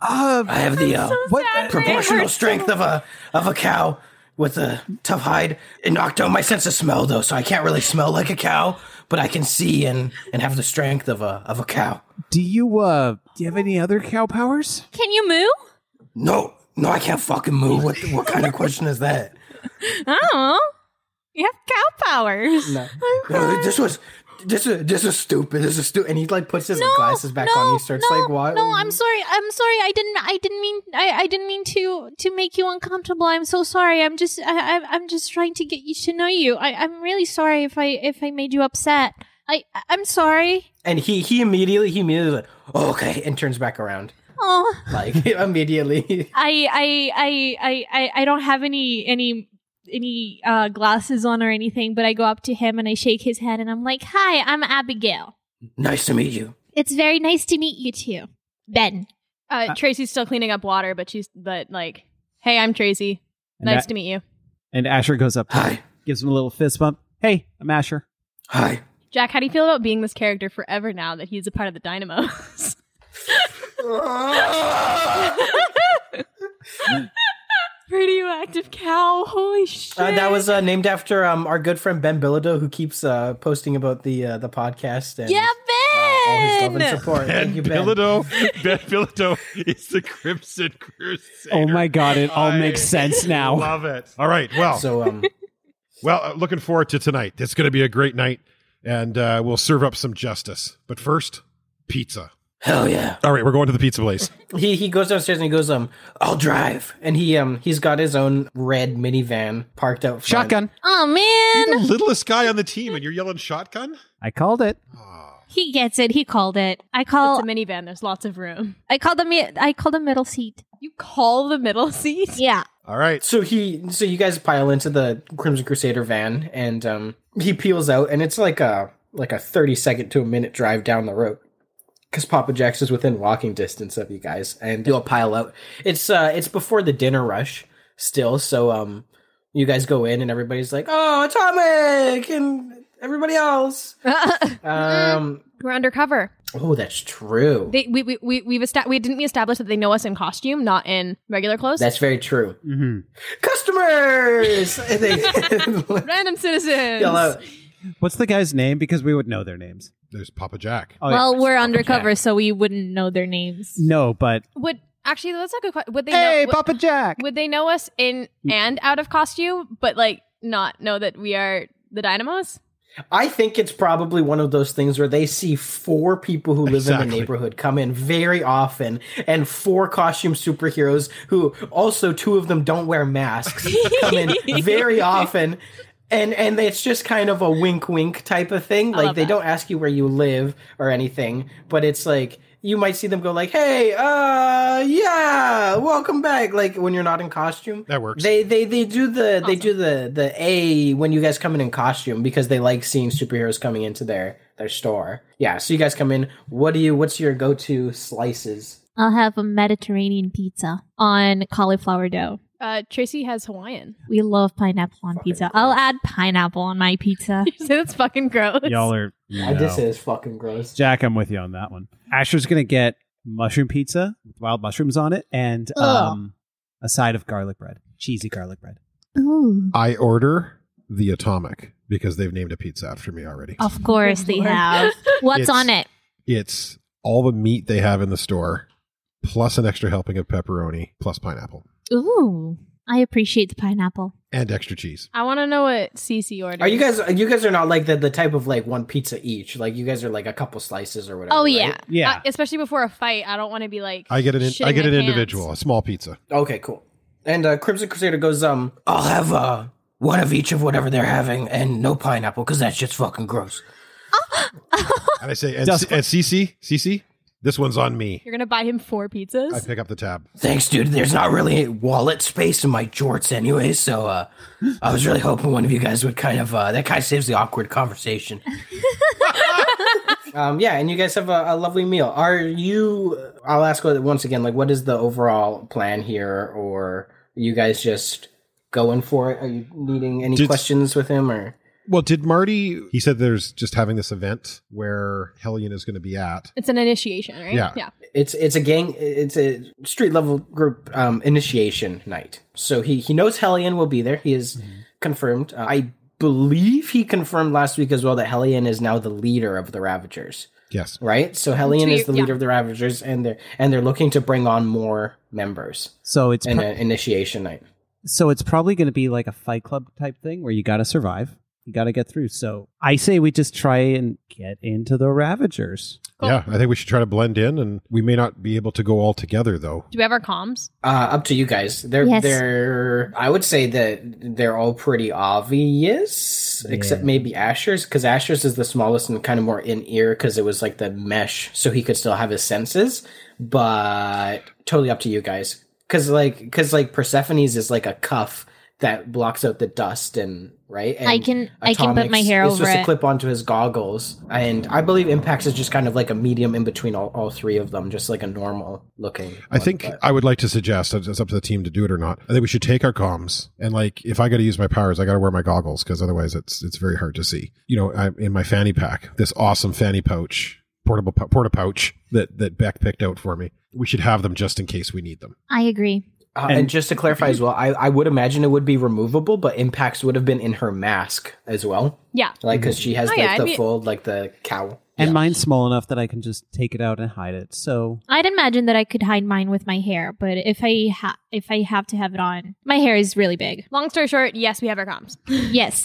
Uh,
I have the uh,
what?
proportional strength of a of a cow with a tough hide. It knocked out my sense of smell though, so I can't really smell like a cow, but I can see and and have the strength of a of a cow.
Do you uh? Do you have any other cow powers?
Can you moo?
No, no, I can't fucking move. What what kind of question is that?
Oh. You have cow powers.
No, this was this is this is stupid. This is stupid. And he like puts his
No,
glasses back on. He starts
no,
like, "What?
No, I'm sorry. I'm sorry. I didn't. I didn't mean. I, I didn't mean to to make you uncomfortable. I'm so sorry. I'm just. I, I I'm just trying to get you to know you. I, I'm really sorry if I if I made you upset. I I'm sorry.
And he he immediately he immediately like, "Oh, okay, and turns back around
Oh,
like immediately.
I I I I I, I don't have any any any uh, glasses on or anything. But I go up to him and I shake his hand and I'm like, Hi, I'm Abigail.
nice to meet you.
It's very nice to meet you too, Ben.
Uh, Tracy's still cleaning up water, but she's but like, hey, I'm Tracy.
And
nice
that-
to meet you.
And Asher goes up, to him,
Hi,
gives him a little fist bump. Hey, I'm Asher.
hi.
Jack, how do you feel about being this character forever now that he's a part of the Dynamos?
uh,
Radioactive cow. Holy shit.
that was uh, named after um, our good friend Ben Bilodeau, who keeps uh, posting about the uh, the podcast and
Yeah,
uh, all his
Ben.
love and support. Thank you, Ben.
Bilodeau, ben Bilodeau is the Crimson Crusader.
Oh my god, it all
I
makes sense now.
Love it. All right. Well,
So um,
well, uh, looking forward to tonight. It's going to be a great night, and uh, we'll serve up some justice. But first, pizza.
hell yeah.
All right, we're going to the pizza place.
He he goes downstairs and he goes um, I'll drive. And he um he's got his own red minivan parked out front.
Shotgun.
Oh
the
man,
littlest guy on the team, and you're yelling shotgun.
I called it.
he gets it. He called it. I call.
it's a minivan. There's lots of room.
I call the mi- I call the middle seat.
You call the middle seat?
Yeah.
All right.
So he so you guys pile into the Crimson Crusader van and um he peels out and it's like a like a 30 second to a minute drive down the road. Cause Papa Jack's is within walking distance of you guys, and you'll pile out. It's uh it's before the dinner rush still, so um you guys go in and everybody's like, Oh, Atomic and everybody else. Um
We're undercover.
Oh, that's true.
They we we we we've esta- we didn't we establish that they know us in costume, not in regular clothes.
That's very true.
Mm-hmm.
Customers And they-
Random citizens.
yell out.
What's the guy's name? Because we would know their names.
There's Papa Jack.
Oh, yeah.
well, we're undercover, so we wouldn't know their names.
no, but
Would actually that's a good question. Would they
hey,
know, would,
Papa Jack.
would they know us in and out of costume, but like not know that we are the Dynamos?
I think it's probably one of those things where they see four people who live in the
Exactly.
neighborhood come in very often, and four costume superheroes who also two of them don't wear masks come in very often. And and it's just kind of a wink wink type of thing. Like
love
they
that.
don't ask you where you live or anything, but it's like you might see them go like, "Hey, uh, yeah, welcome back." Like when you're not in costume.
That works.
They they they do the they do the the A when you guys come in in costume because they like seeing superheroes coming into their their store. Yeah, so you guys come in. What do you? What's your go to slices?
I'll have a Mediterranean pizza on cauliflower dough.
Uh, Tracy has Hawaiian.
We love pineapple on
Fucking
pizza.
gross.
I'll add pineapple on my pizza.
You say that's fucking gross.
Y'all are.
Uh, This
no.
is fucking gross.
Jack, I'm with you on that one. Asher's gonna get mushroom pizza with wild mushrooms on it and
Ugh.
um, a side of garlic bread, cheesy garlic bread.
Ooh.
I order the Atomic because they've named a pizza after me already.
Oh.
Of course they
Lord.
have. What's
It's-
on it?
It's all the meat they have in the store, plus an extra helping of pepperoni, plus pineapple,
Ooh. I appreciate the pineapple.
and extra cheese.
I want to know what CC ordered.
Are you guys? You guys are not like the the type of like one pizza each. Like you guys are like a couple slices or whatever.
Oh
right?
yeah,
Yeah.
Uh, especially before a fight, I don't want to be like.
I get an
shitting
I get
my
an
pants.
individual, a small pizza.
Okay, cool. And uh, Crimson Crusader goes, um, I'll have uh one of each of whatever they're having, and no pineapple because that shit's fucking gross.
And I say, and,
Dust-
and CC, CC, this one's on me.
You're gonna buy him four pizzas.
I pick up the tab.
Thanks, dude. There's not really wallet space in my jorts anyway, so uh, I was really hoping one of you guys would kind of uh, that kind of saves the awkward conversation. um, yeah, and you guys have a, a lovely meal. Are you? I'll ask once again. Like, what is the overall plan here, or are you guys just going for it? Are you needing any
Did-
questions with him, or
Well, did Marty? He said there's just having this event where Hellion is going to be at.
it's an initiation, right?
Yeah.
Yeah.
it's it's a gang it's a street level group um initiation night so he he knows hellion will be there he is confirmed Uh, i believe he confirmed last week as well that hellion is now the leader of the ravagers
Yes.
right so hellion
To
is
you-
the
yeah.
leader of the ravagers and they're and they're looking to bring on more members
So it's
in
pro-
an initiation night
so it's probably gonna be like a Fight Club type thing where you gotta survive. You got to get through. So I say we just try and get into the Ravagers.
Cool.
Yeah, I think we should try to blend in, and we may not be able to go all together though.
Do we have our comms?
Uh, up to you guys. They're
Yes.
they're. I would say that they're all pretty obvious, except
Yeah.
maybe Asher's, because Asher's is the smallest and kind of more in ear because it was like the mesh, so he could still have his senses. But totally up to you guys, because like because like Persephone's is like a cuff that blocks out the dust and right. And
I can I can put my
Um, Atomic's
hair
is
over
just
it.
a clip onto his goggles, and I believe Impacts is just kind of like a medium in between all, all three of them, just like a normal looking.
I
one,
think
but-
I would like to suggest it's it's up to the team to do it or not. I think we should take our comms and like if I got to use my powers, I got to wear my goggles because otherwise it's it's very hard to see. You know, I'm in my fanny pack, this awesome fanny pouch, portable pou- porta pouch that that Beck picked out for me. We should have them just in case we need them.
I agree.
Uh, and,
And-
just to clarify as well, I, I would imagine it would be removable, but impacts would have been in her mask as well.
Yeah.
Like, because she has
Oh,
like
yeah, I'd
the
be-
fold, like the cowl.
And mine's small enough that I can just take it out and hide it. So
I'd imagine that I could hide mine with my hair, but if I ha- if I have to have it on, my hair is really big.
Long story short, yes, we have our comms.
Yes,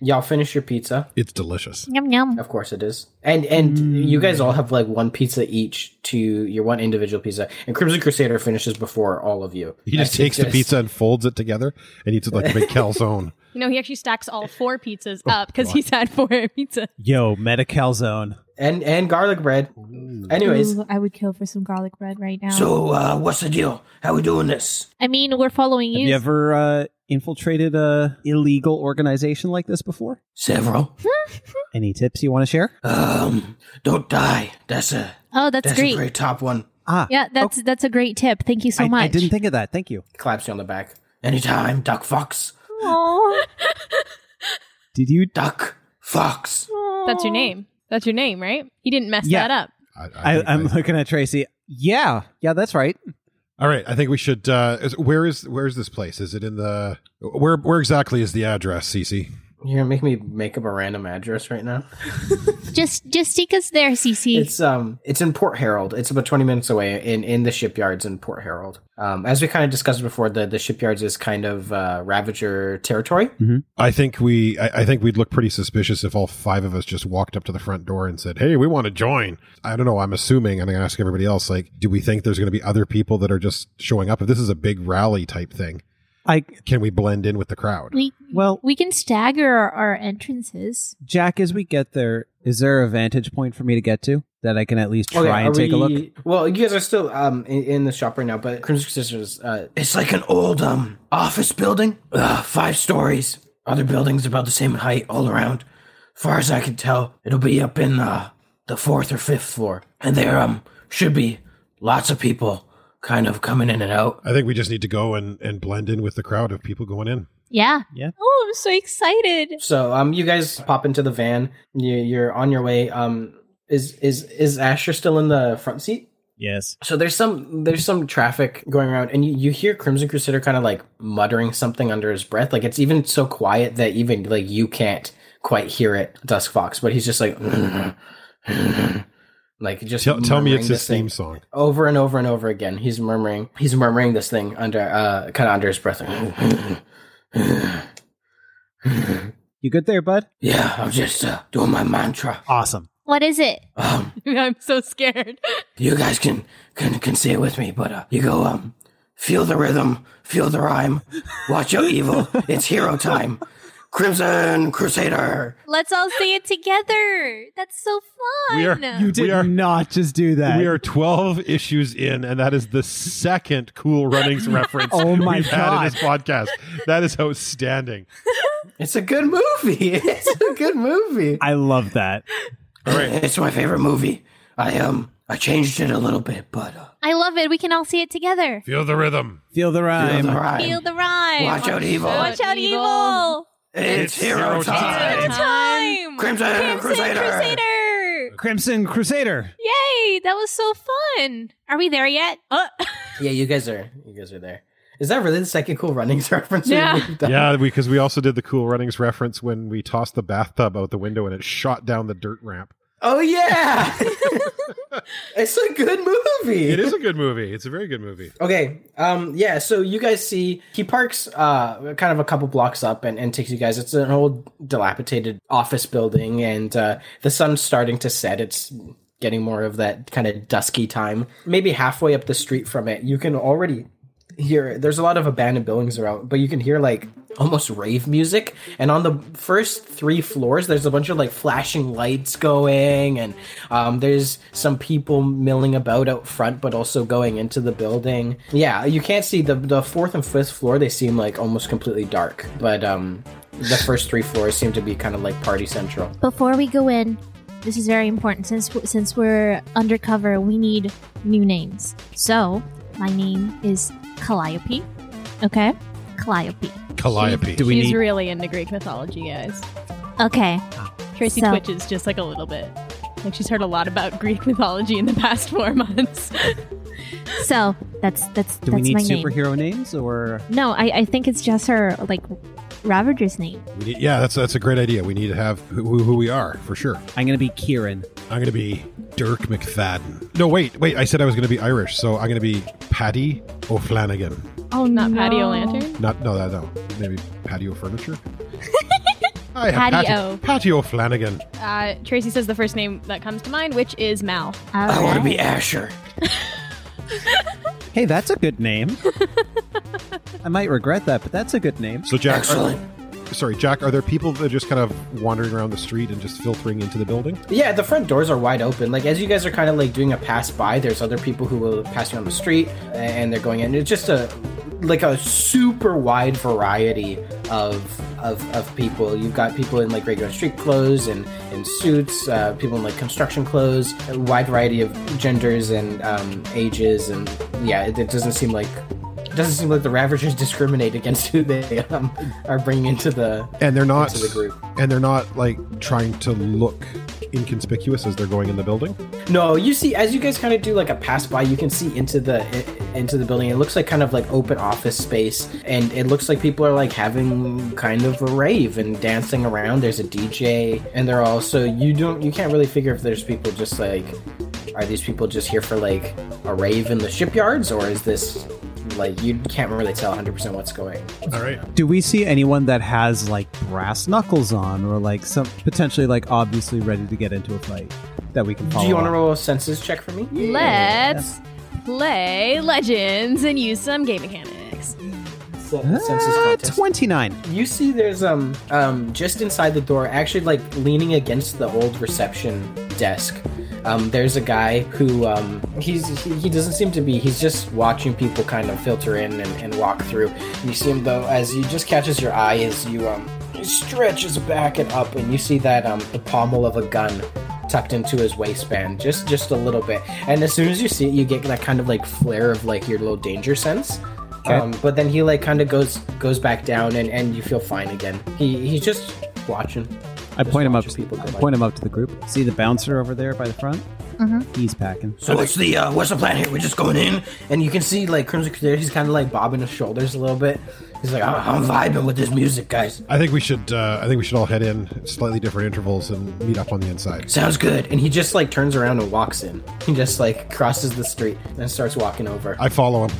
Y'all finish your pizza.
It's delicious.
yum yum.
Of course it is. And and you guys all have like one pizza each to your one individual pizza. And Crimson Crusader finishes before all of you.
He just
That's
takes the
just-
pizza and folds it together and eats it like a big calzone.
You know, he actually stacks all four pizzas
Oh,
up because he's had four pizzas.
yo, meta calzone.
And and garlic bread. Anyways.
Ooh, I would kill for some garlic bread right now.
So uh what's the deal? How we doing this?
I mean, we're following
Have
you.
you ever uh, infiltrated a illegal organization like this before?
Several.
Any tips you want to share?
Um don't die. That's a Oh.
oh, that's, great.
top one.
Ah,
Yeah, that's that's a great tip. Thank you so
I,
much.
I didn't think of that. Thank you.
Claps you on the back. Anytime, Duck Fox.
Did you?
Duck Fox.
That's your name. That's your name, right? He didn't mess
Yeah.
that up.
I, I
I,
think-
I'm
I-
looking at Tracy. Yeah, yeah, that's right.
all right. I think we should. Uh, is, where is where is this place? Is it in the where where exactly is the address, Cece?
You're gonna make me make up a random address right now.
Just just take us there, Cece.
It's um, it's in Port Harold. It's about twenty minutes away in in the shipyards in Port Harold. Um, as we kind of discussed before, the the shipyards is kind of uh, Ravager territory.
I think we I, I think we'd look pretty suspicious if all five of us just walked up to the front door and said, "Hey, we want to join." I don't know. I'm assuming, and I ask everybody else, like, do we think there's going to be other people that are just showing up? If this is a big rally type thing,
I
can we blend in with the crowd?
we
well,
we can stagger our, our entrances.
Jack, as we get there, is there a vantage point for me to get to that I can at least try
Okay, are
and take a look?
we- Well, you guys are still um in, in the shop right now, but Crimson Sisters. Uh, it's like an old um office building, uh, five stories. Other buildings about the same height all around. Far as I can tell, it'll be up in uh, the fourth or fifth floor, and there um should be lots of people kind of coming in and out.
I think we just need to go and, and blend in with the crowd of people going in.
Yeah.
Yeah.
Oh, I'm so excited.
So um, you guys pop into the van. You, you're on your way. Um, is is is Asher still in the front seat?
Yes.
So there's some there's some traffic going around, and you, you hear Crimson Crusader kind of like muttering something under his breath. Like it's even so quiet that even like you can't quite hear it, Dusk Fox. But he's just like, like just
Tell, tell me
murmuring
it's
this
his
thing
theme song.
over and over and over again. He's murmuring. He's murmuring this thing under uh kind of under his breath.
You good there, bud?
yeah, I'm just uh, doing my mantra.
Awesome.
What is it?
Um,
I'm so scared.
you guys can can can say it with me, but uh, you go um, feel the rhythm, feel the rhyme, watch out evil, it's hero time, Crimson Crusader.
Let's all say it together. That's so fun.
We are-
You did
We are-
not just do that.
We are 12 issues in, and that is the second Cool Runnings reference
Oh my
we've had in
God.
this podcast. That is outstanding.
It's a good movie. It's a good movie.
I love that.
All right.
It's my favorite movie. I um I changed it a little bit, but uh,
I love it. We can all say it together.
Feel the rhythm.
Feel the
feel
rhyme.
the rhyme,
Feel the rhyme.
watch out evil,
Watch out, evil.
it's, hero time,
Time.
Crimson, Crusader.
Crusader.
Crimson Crusader.
Yay. That was so fun. Are we there yet? Uh,
Yeah, you guys are you guys are there. Is that really the second Cool Runnings reference?
Yeah.
we've done?
Yeah, because we also did the Cool Runnings reference when we tossed the bathtub out the window and it shot down the dirt ramp.
Oh yeah. Oh, It's a good movie.
It is a good movie. It's a very good movie.
Okay. Um. Yeah. So you guys see he parks uh kind of a couple blocks up and, and takes you guys. It's an old dilapidated office building, and uh, the sun's starting to set. It's getting more of that kind of dusky time. Maybe halfway up the street from it, you can already hear. There's a lot of abandoned buildings around, but you can hear like almost rave music. And on the first three floors, there's a bunch of like flashing lights going, and um, there's some people milling about out front, but also going into the building. Yeah, you can't see the the fourth and fifth floor. They seem like almost completely dark, but um, the first three floors seem to be kind of like party central.
Before we go in, this is very important since since we're undercover. We need new names. So my name is Calliope. Okay, Calliope.
Calliope.
Do we
She's
need?
really into Greek mythology, guys.
Okay,
Tracy
So-
twitches just like a little bit. Like she's heard a lot about Greek mythology in the past four months.
so that's that's
do
that's
we need
my name.
superhero names or?
No, I, I think it's just her like Ravager's name.
We need- yeah, that's that's a great idea. We need to have who, who we are for sure.
I'm gonna be Kieran.
I'm gonna be Dirk McFadden. No, wait, wait. I said I was gonna be Irish, so I'm gonna be Paddy O'Flanagan.
Oh, not
no.
patio lantern.
Not no, that no. Maybe patio furniture. I have
Patio.
patio. Patio Flanagan.
Uh, Tracy says the first name that comes to mind, which is Mal.
I want to
Alright.
be Asher.
Hey, that's a good name. I might regret that, but that's a good name.
So Jack, are,
Excellent.
sorry, Jack. Are there people that are just kind of wandering around the street and just filtering into the building?
Yeah, the front doors are wide open. Like as you guys are kind of like doing a pass by, there's other people who will pass you on the street and they're going in. It's just a like a super wide variety of of, of people. You've got people in like regular street clothes and in suits, uh, people in like construction clothes, a wide variety of genders and um, ages, and yeah, it, it doesn't seem like. it Doesn't seem like the Ravagers discriminate against who they um, are bringing into the
And they're not.
into the group.
And they're not like trying to look inconspicuous as they're going in the building.
No, you see, as you guys kind of do like a pass by, you can see into the i- into the building. It looks like kind of like open office space, and it looks like people are like having kind of a rave and dancing around. There's a DJ, and they're also you don't you can't really figure if there's people just like are these people just here for like a rave in the shipyards, or is this like you can't really tell 100 percent what's going.
All right.
Do we see anyone that has like brass knuckles on, or like some potentially like obviously ready to get into a fight that we can follow?
Do you want to
up?
roll a senses check for me?
Let's play Legends and use some game mechanics.
Se-
Ah,
contest.
Twenty-nine.
You see, there's um um just inside the door, actually like leaning against the old reception desk. Um, there's a guy who um he's he, he doesn't seem to be. He's just watching people kind of filter in and, and walk through. You see him though as he just catches your eye as you um he stretches back and up, and you see that um the pommel of a gun tucked into his waistband just just a little bit. And as soon as you see it, you get that kind of like flare of like your little danger sense. Um, but then he like kind of goes goes back down, and, and you feel fine again. He he's just watching.
I point him up
watch
to
people
people.
go
I
by.
point him up to the group. See the bouncer over there by the front. He's packing.
So what's the uh, what's the plan here? We're just going in, and you can see like Crimson Crusader. He's kind of like bobbing his shoulders a little bit. He's like, I'm, I'm vibing with this music, guys.
I think we should. Uh, I think we should all head in at slightly different intervals and meet up on the inside.
Sounds good. And he just like turns around and walks in. He just like crosses the street and starts walking over.
I follow him.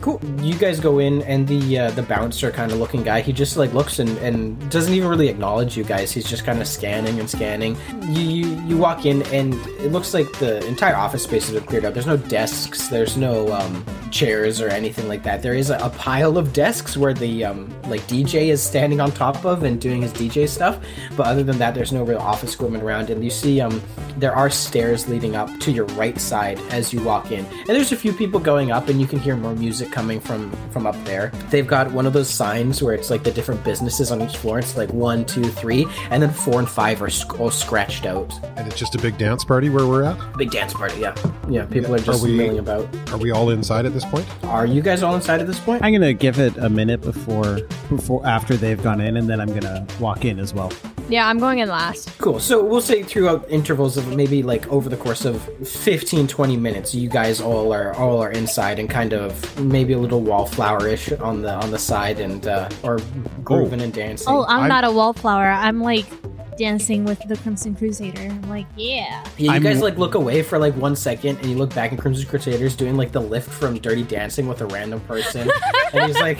Cool. You guys go in, and the uh, the bouncer kind of looking guy, he just like looks and, and doesn't even really acknowledge you guys. He's just kind of scanning and scanning. You, you you walk in, and it looks like the entire office space has been cleared up. There's no desks, there's no um, chairs or anything like that. There is a, a pile of desks where the um, like DJ is standing on top of and doing his DJ stuff. But other than that, there's no real office equipment around. And you see, um, there are stairs leading up to your right side as you walk in. And there's a few people going up, and you can hear more music coming from from up there. They've got one of those signs where it's like the different businesses on each floor. It's like one, two, three, and then four and five are sc- all scratched out.
And it's just a big dance party where we're at.
Big dance party, yeah. Yeah, people
Yeah,
are just
are we-
milling about.
Are we all inside at this point?
Are you guys all inside at this point?
I'm gonna give it a minute before before after they've gone in, and then I'm gonna walk in as well.
Yeah, I'm going in last.
Cool. So we'll say throughout intervals of maybe like over the course of 15, 20 minutes, you guys all are all are inside and kind of maybe a little wallflower-ish on the on the side and uh, or grooving and dancing.
Oh, I'm,
I'm-
not a wallflower. I'm like dancing with the Crimson Crusader. I'm like, yeah.
Yeah, you
I'm-
guys like look away for like one second, and you look back, and Crimson Crusader's doing like the lift from Dirty Dancing with a random person, and he's like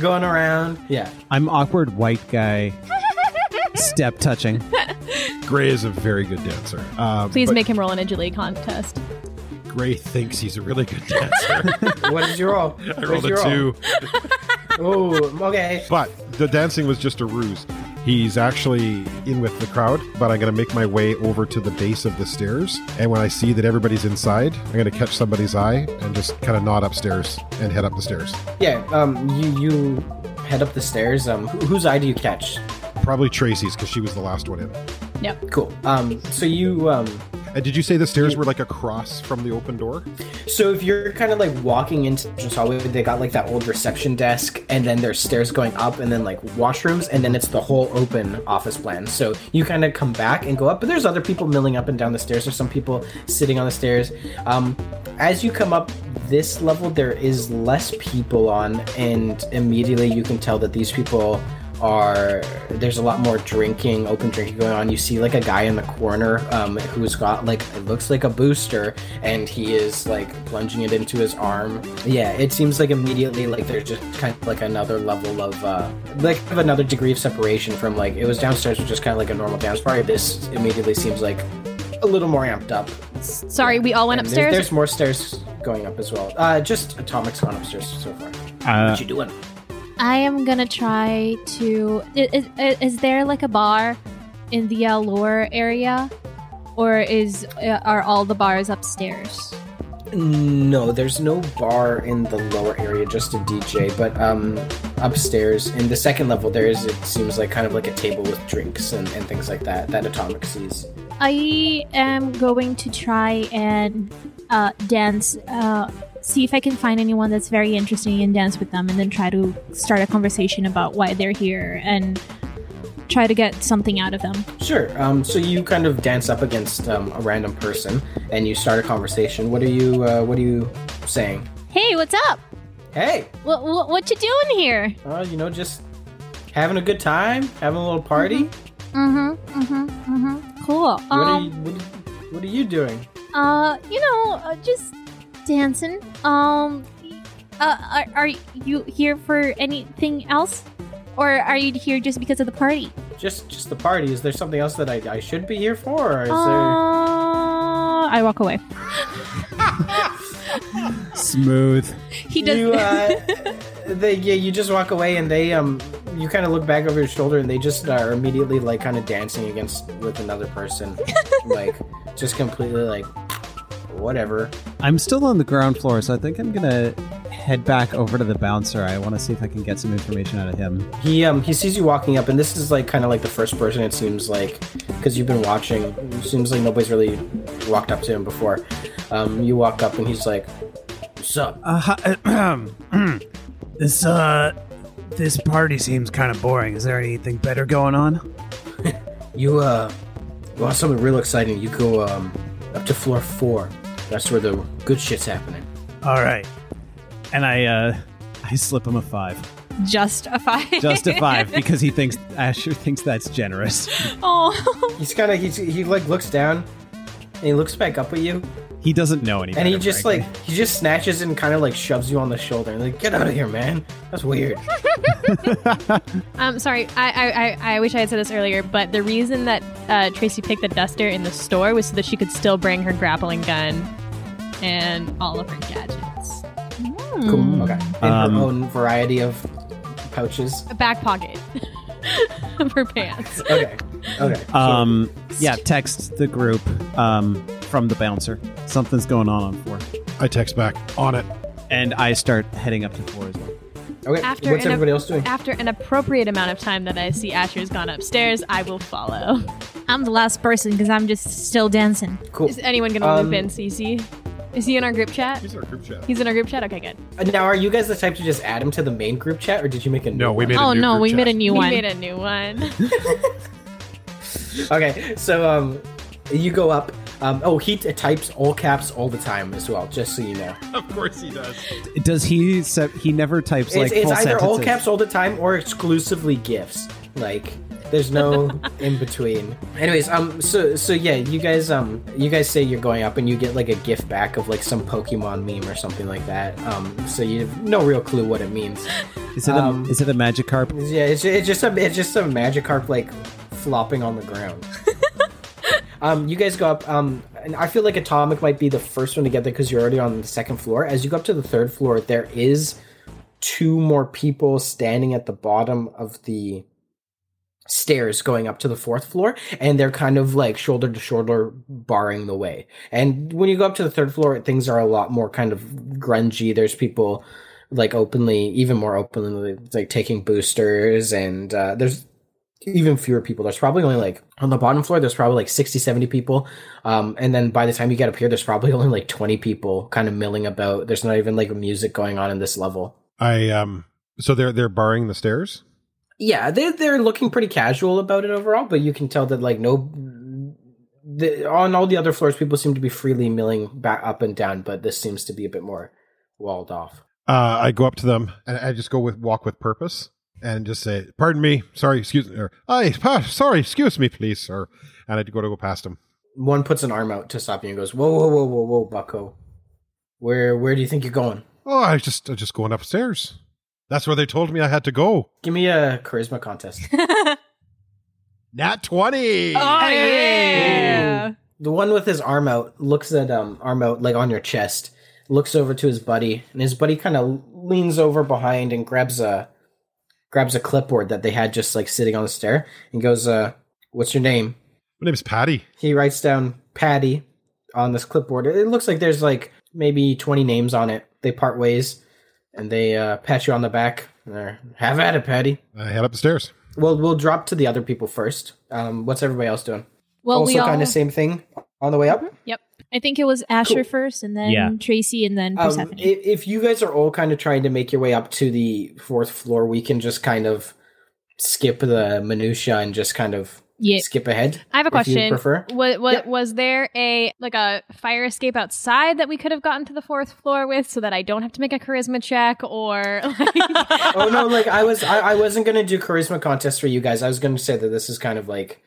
going around. Yeah,
I'm awkward white guy. Step touching.
Gray is a very good dancer. Um,
Please
but
make him roll an agility contest.
Gray thinks he's a really good dancer.
what is your roll?
I rolled a two,
Oh, okay.
but the dancing was just a ruse. He's actually in with the crowd, but I'm going to make my way over to the base of the stairs. And when I see that everybody's inside, I'm going to catch somebody's eye and just kind of nod upstairs and head up the stairs.
Yeah, um, you you head up the stairs. Um, wh- whose eye do you catch?
Probably Tracy's because she was the last one in.
Cool. Um, so you um,
And did you say the stairs were like across from the open door?
so if you're kind of like walking into the entrance hallway, they got like that old reception desk, and then there's stairs going up, and then like washrooms, and then it's the whole open office plan. So you kind of come back and go up, but there's other people milling up and down the stairs. There's some people sitting on the stairs. Um, as you come up this level, there is less people on, and immediately you can tell that these people are there's a lot more drinking open drinking going on you see like a guy in the corner um, who's got like it looks like a booster and he is like plunging it into his arm yeah it seems like immediately like there's just kind of like another level of uh like of another degree of separation from like it was downstairs which is kind of like a normal dance party this immediately seems like a little more amped up
Sorry, we all went
And there's-
upstairs.
there's, more stairs going up as well uh just atomic's gone upstairs so far
Uh,
what you doing
I am gonna try to. Is, is, is there like a bar in the Allure area, or is uh, are all the bars upstairs?
No, there's no bar in the lower area, just a DJ. But um, upstairs in the second level, there is. It seems like kind of like a table with drinks and, and things like that. That Atomic sees.
I am going to try and uh, dance. Uh, see if I can find anyone that's very interesting and dance with them, and then try to start a conversation about why they're here and try to get something out of them.
Sure. Um, so you kind of dance up against um, a random person and you start a conversation. What are you? Uh, what are you saying?
Hey, what's up?
Hey,
What what, what you doing here?
uh, you know, just having a good time, having a little party.
Mm-hmm. Mm-hmm. Mm-hmm. Cool.
What are
um.
you? What, are- what are you doing?
Uh, you know, uh, just dancing. Um, uh, are, are you here for anything else? Or are you here just because of the party?
Just, just the party. Is there something else that I, I should be here for? Or is
Uh, I walk away.
smooth.
he does.
You, uh, they, yeah, you just walk away and they, um, you kind of look back over your shoulder and they just are immediately like kind of dancing against with another person, like just completely like whatever.
I'm still on the ground floor, so I think I'm gonna head back over to the bouncer. I want to see if I can get some information out of him.
He, um, he sees you walking up and this is like kind of like the first person it seems like because you've been watching. It seems like nobody's really walked up to him before. Um, you walk up and he's like, "What's up?"
Uh, hi- this uh, this party seems kind of boring. Is there anything better going on?
You uh, you want something real exciting? You go um up to floor four. That's where the good shit's happening.
All right.
And I, uh, I slip him a five,
justify.
just a five, because he thinks Asher thinks that's generous.
oh.
He's kind of he's he like looks down, and he looks back up at you,
He doesn't know anything.
and he just like he just snatches and kind of like shoves you on the shoulder and like get out of here, man. That's weird.
Um, sorry, I, I, I, I wish I had said this earlier, but the reason that uh, Tracy picked the duster in the store was so that she could still bring her grappling gun and all of her gadgets.
Cool. Okay. In
Um,
her own variety of pouches.
A back pocket of her pants.
Okay. Okay.
um, yeah, text the group um, from the bouncer. Something's going on on four,
I text back on it.
and I start heading up to four as well.
Okay.
after
What's
an-
everybody else doing?
After an appropriate amount of time that I see Asher's gone upstairs, I will follow.
I'm the last person because I'm just still dancing.
Cool.
Is anyone going to
Um,
loop in, Cece? Is he in our group chat?
Here's our group chat.
He's in our group chat? Okay, good.
Uh, Now, are you guys the type to just add him to the main group chat, or did you make a new
No, we
one?
made a
Oh
new
no,
group
we
chat.
made a new
we
one.
made a new one.
Okay, so um, you go up. Um, oh, he t- types all caps all the time as well, just so you know.
Of course he does.
Does he? Se- he never types
It's,
like
it's
full
either all
sentences.
caps all the time or exclusively gifs. Like There's no in between. Anyways, um, so so yeah, you guys um, you guys say you're going up, and you get like a gift back of like some Pokemon meme or something like that. Um, so you have no real clue what it means.
Is it a
Um,
is it a Magikarp?
Yeah, it's, it's just a it's just a Magikarp like flopping on the ground. um, you guys go up. Um, and I feel like Atomic might be the first one to get there because you're already on the second floor. As you go up to the third floor, there is two more people standing at the bottom of the stairs going up to the fourth floor and they're kind of like shoulder to shoulder barring the way and when you go up to the third floor things are a lot more kind of grungy there's people like openly even more openly like taking boosters and uh, there's even fewer people there's probably only like on the bottom floor there's probably like 60 70 people um, and then by the time you get up here there's probably only like 20 people kind of milling about there's not even like music going on in this level
I um. So they're they're barring the stairs.
yeah they're, they're looking pretty casual about it overall but you can tell that like no the, on all the other floors people seem to be freely milling back up and down but this seems to be a bit more walled off
Uh, I go up to them and I just go with walk with purpose and just say, "Pardon me, sorry, excuse me," or "I, pa- sorry, excuse me, please, sir." And I go to go past them.
one puts an arm out to stop you and goes, "Whoa, whoa, whoa, whoa, whoa, Bucko! Where, where do you think you're going?
Oh, I just I just going upstairs. That's where they told me I had to go.
Give me a charisma contest.
Nat twenty.
Ah!
Oh, yeah.
the one with his arm out looks at um arm out like on your chest, looks over to his buddy, and his buddy kind of leans over behind and grabs a grabs a clipboard that they had just like sitting on the stair and goes, uh, "What's your name?"
My name is Patty.
He writes down Patty on this clipboard. It looks like there's like maybe 20 names on it. They part ways and they uh, pat you on the back. And they're, Have at it, Patty.
I head up the stairs.
Well, we'll drop to the other people first. Um, what's everybody else doing?
Well,
also,
we all. Mm-hmm.
kind of same thing on the way up.
I think it was Asher
Cool.
first, and then
Yeah.
Tracy, and then
Um,
Persephone.
i- if you guys are all kind of trying to make your way up to the fourth floor, we can just kind of skip the minutia and just kind of
yeah.
skip ahead.
I have a
if you
question.
prefer.
What, what
Yep.
was there a like a fire escape outside that we could have gotten to the fourth floor with, so that I don't have to make a charisma check or? Like,
oh no like i was I, I wasn't gonna do charisma contest for you guys i was gonna say that this is kind of like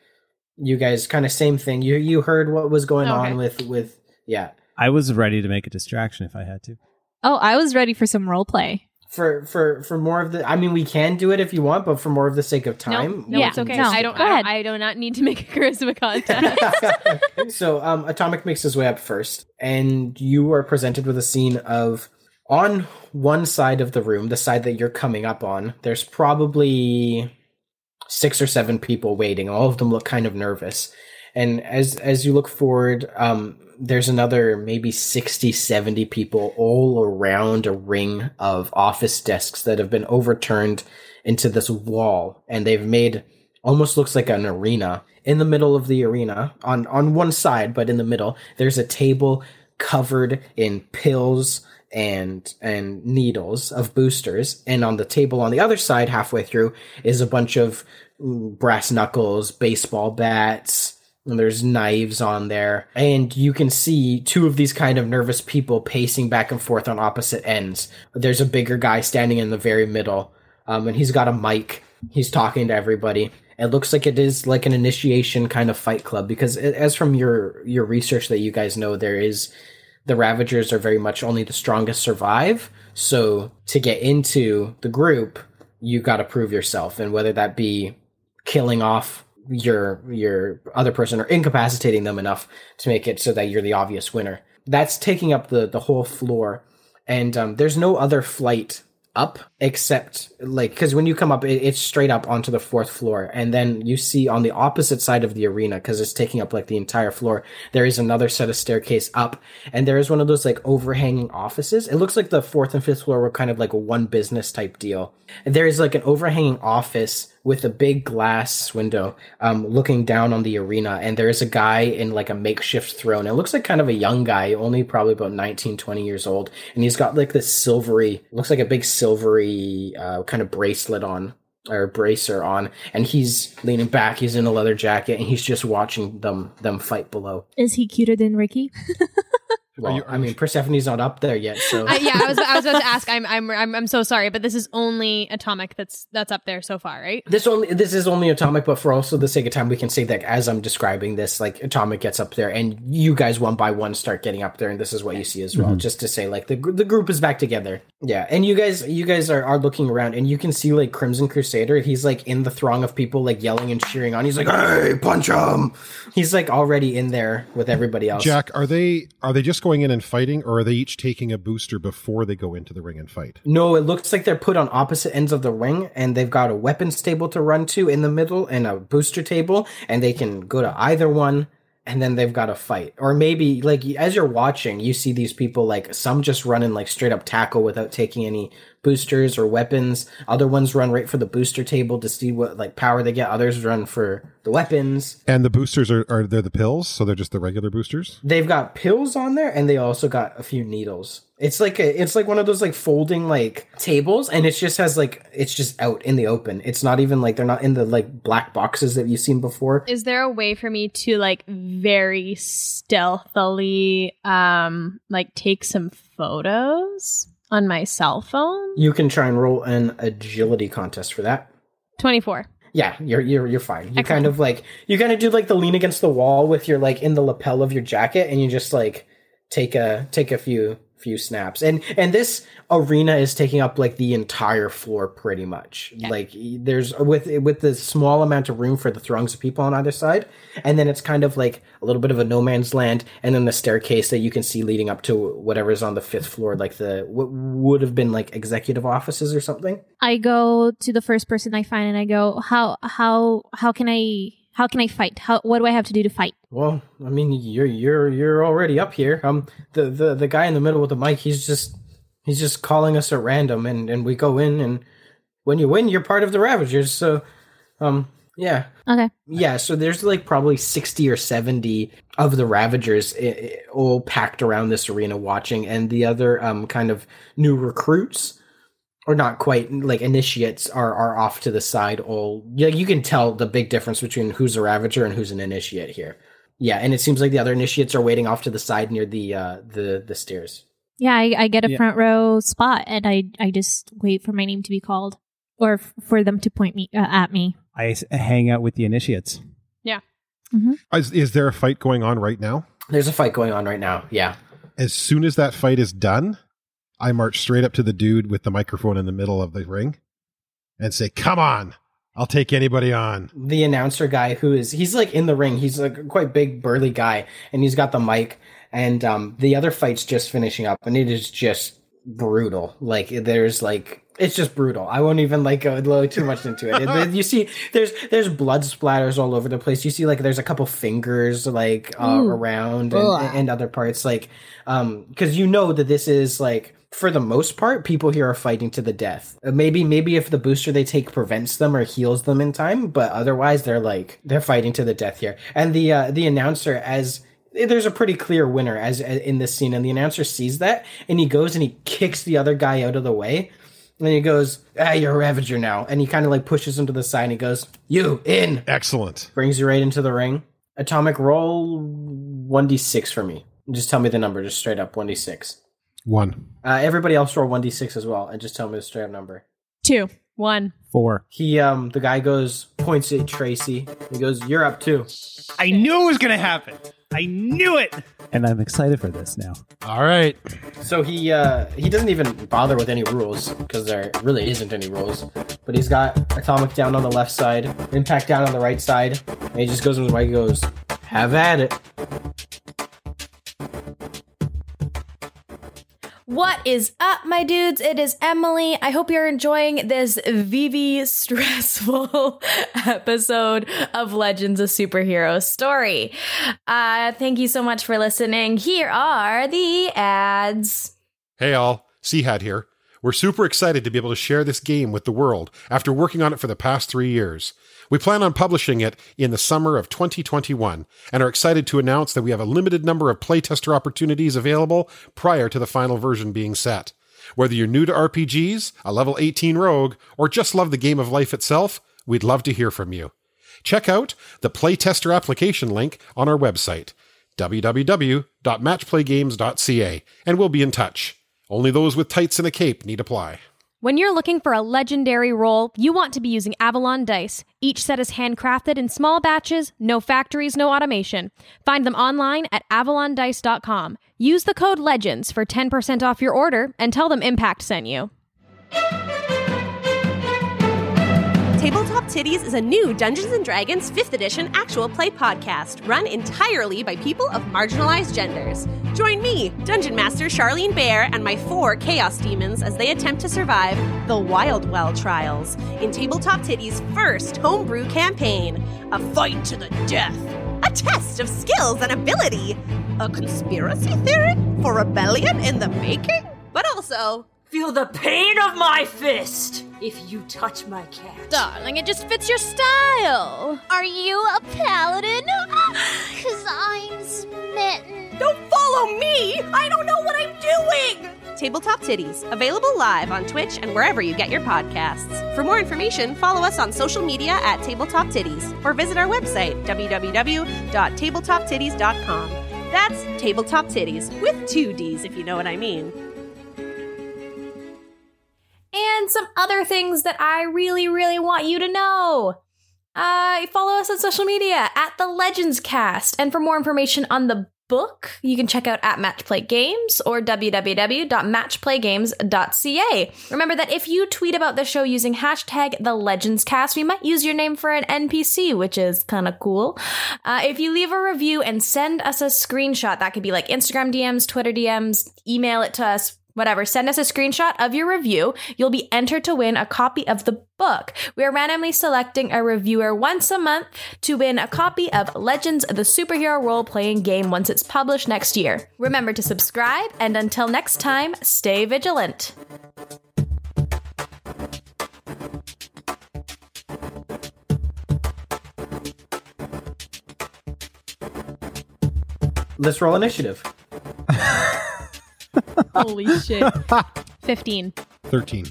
you guys kind of same thing you you heard what was going
Okay.
on with with yeah
I was ready to make a distraction if I had to.
Oh, I was ready for some role play.
for for for more of the i mean we can do it if you want but for more of the sake of time
No, no,
Yeah.
it's okay.
No.
I don't.
Go
I,
ahead.
don't I do not need to make a charisma contest.
so um atomic makes his way up first and you are presented with a scene of on one side of the room the side that you're coming up on there's probably six or seven people waiting all of them look kind of nervous and as as you look forward um there's another maybe 60 70 people all around a ring of office desks that have been overturned into this wall and they've made almost looks like an arena in the middle of the arena on on one side but in the middle there's a table covered in pills and and needles of boosters and on the table on the other side halfway through is a bunch of mm, brass knuckles baseball bats and there's knives on there and you can see two of these kind of nervous people pacing back and forth on opposite ends there's a bigger guy standing in the very middle um, and he's got a mic he's talking to everybody it looks like it is like an initiation kind of fight club because a- as from your your research that you guys know there is the ravagers are very much only the strongest survive so to get into the group you got to prove yourself and whether that be killing off your your other person or incapacitating them enough to make it so that you're the obvious winner that's taking up the the whole floor and um, there's no other flight up except like because when you come up it, it's straight up onto the fourth floor and then you see on the opposite side of the arena because it's taking up like the entire floor there is another set of staircase up and there is one of those like overhanging offices it looks like the fourth and fifth floor were kind of like a one business type deal and there is like an overhanging office with a big glass window um, looking down on the arena and there is a guy in like a makeshift throne it looks like kind of a young guy only probably about 19 20 years old and he's got like this silvery looks like a big silvery uh, kind of bracelet on or bracer on and he's leaning back he's in a leather jacket and he's just watching them them fight below
Is he cuter than Ricky?
Well,
you-
I mean, Persephone's not up there yet, so
I, yeah, I was I was about to ask. I'm, I'm I'm I'm so sorry, but this is only atomic that's that's up there so far, right?
this only this is only atomic. But for also the sake of time, we can say that as I'm describing this, like atomic gets up there, and you guys one by one start getting up there, and this is what you see as well. Just to say, like the gr- the group is back together. Yeah, and you guys you guys are, are looking around, and you can see like Crimson Crusader. He's like in the throng of people, like yelling and cheering on. He's like, "Hey, punch him!" He's like already in there with everybody else.
Jack, are they are they just going in and fighting, or are they each taking a booster before they go into the ring and fight?
No, it looks like they're put on opposite ends of the ring, and they've got a weapons table to run to in the middle and a booster table, and they can go to either one, and then they've got a fight. Or maybe, like, as you're watching, you see these people, like, some just run and, like, straight up tackle without taking any boosters or weapons. Other ones run right for the booster table to see what, like, power they get. Others run for the weapons.
And the boosters are are they're the pills, so they're just the regular boosters.
they've got pills on there and they also got a few needles it's like a, it's like one of those like folding like tables and it just has like it's just out in the open it's not even like they're not in the like black boxes that you've seen before
Is there a way for me to like very stealthily um like take some photos on my cell phone?
you can try and roll an agility contest for that
Twenty four.
yeah you're you're, you're fine you
Excellent.
kind of like you kind of do like the lean against the wall with your like in the lapel of your jacket and you just like take a take a few few snaps and and this arena is taking up like the entire floor pretty much like y- there's with with the small amount of room for the throngs of people on either side and then it's kind of like a little bit of a no man's land and then the staircase that you can see leading up to whatever's on the fifth floor like the what would have been like executive offices or something
I go to the first person I find and I go, how how how can I how can I fight? How what do I have to do to fight?
Well, I mean, you're you're you're already up here. Um, the the the guy in the middle with the mic, he's just he's just calling us at random, and and we go in, and when you win, you're part of the Ravagers. So, um, yeah,
Okay.
yeah. So there's like probably sixty or seventy of the Ravagers i i all packed around this arena watching, and the other um kind of new recruits or not quite like initiates are are off to the side all yeah you can tell the big difference between who's a ravager and who's an initiate here yeah and it seems like the other initiates are waiting off to the side near the uh the the stairs
Yeah, I, I get a
Yeah.
front row spot and I I just wait for my name to be called or f- for them to point me uh, at me.
I s- hang out with the initiates.
Is, is there a fight going on right now?
there's a fight going on right now yeah
As soon as that fight is done, I march straight up to the dude with the microphone in the middle of the ring and say, "Come on, I'll take anybody on."
the announcer guy who is he's like in the ring he's like a quite big burly guy and he's got the mic and um the other fight's just finishing up and it is just brutal like there's like it's just brutal i won't even like go low too much into it And then you see there's there's blood splatters all over the place you see like there's a couple fingers like uh,
Ooh.
around and, and other parts like um because you know that this is like for the most part people here are fighting to the death Uh, maybe maybe if the booster they take prevents them or heals them in time but otherwise they're like they're fighting to the death here and the uh the announcer as eh, there's a pretty clear winner as as- in this scene and the announcer sees that and he goes and he kicks the other guy out of the way and he goes ah you're a ravager now and he kind of like pushes him to the side and he goes you in
Excellent.
brings you right into the ring. Atomic roll 1d6 for me. Just tell me the number, just straight up 1d6.
One.
Uh, everybody else roll 1d6 as well, and just tell me the straight up number.
Two. One.
Four.
He, um, the guy goes, points at Tracy. He goes, You're up too.
I knew it was going to happen. I knew it.
And I'm excited for this now.
All right.
So he, uh, he doesn't even bother with any rules, because there really isn't any rules. But he's got Atomic down on the left side, Impact down on the right side, and he just goes in his way, he goes, Have at it.
What is up, my dudes? It is Emily. I hope you're enjoying this VV stressful episode of Legends of Superhero Story. Uh, thank you so much for listening. Here are the ads.
Hey all, Had here. We're super excited to be able to share this game with the world after working on it for the past three years. We plan on publishing it in the summer of 2021 and are excited to announce that we have a limited number of playtester opportunities available prior to the final version being set. Whether you're new to RPGs, a level 18 rogue, or just love the game of life itself, we'd love to hear from you. Check out the playtester application link on our website www.matchplaygames.ca, and we'll be in touch. Only those with tights and a cape need apply.
When you're looking for a legendary roll, you want to be using Avalon dice. Each set is handcrafted in small batches, no factories, no automation. Find them online at avalondice.com. Use the code LEGENDS for 10% off your order and tell them Impact sent you.
Tabletop Titties is a new Dungeons and Dragons 5th edition actual play podcast run entirely by people of marginalized genders. Join me, Dungeon Master Charlene Bear, and my four Chaos Demons as they attempt to survive the Wildwell Trials in Tabletop Titties' first homebrew campaign. A fight to the death, a test of skills and ability, a conspiracy theory for rebellion in the making, but also
Feel the pain of my fist if you touch my cat.
Darling, it just fits your style. Are you a paladin? Because I'm smitten.
Don't follow me! I don't know what I'm doing! Tabletop Titties, available live on Twitch and wherever you get your podcasts. For more information, follow us on social media at Tabletop Titties or visit our website, www.tabletoptitties.com. That's Tabletop Titties with two D's if you know what I mean.
and some other things that I really, really want you to know. Uh, follow us on social media at the Legends Cast, and for more information on the book, you can check out at Matchplay Games or www.matchplaygames.ca. Remember that if you tweet about the show using hashtag the Legends Cast, we might use your name for an NPC, which is kind of cool. Uh, if you leave a review and send us a screenshot, that could be like Instagram DMs, Twitter DMs, email it to us, whatever, send us a screenshot of your review. You'll be entered to win a copy of the book. We are randomly selecting a reviewer once a month to win a copy of Legends the Superhero Role Playing Game once it's published next year. Remember to subscribe, and until next time, stay vigilant.
Let's roll initiative.
Holy shit. 15.
13.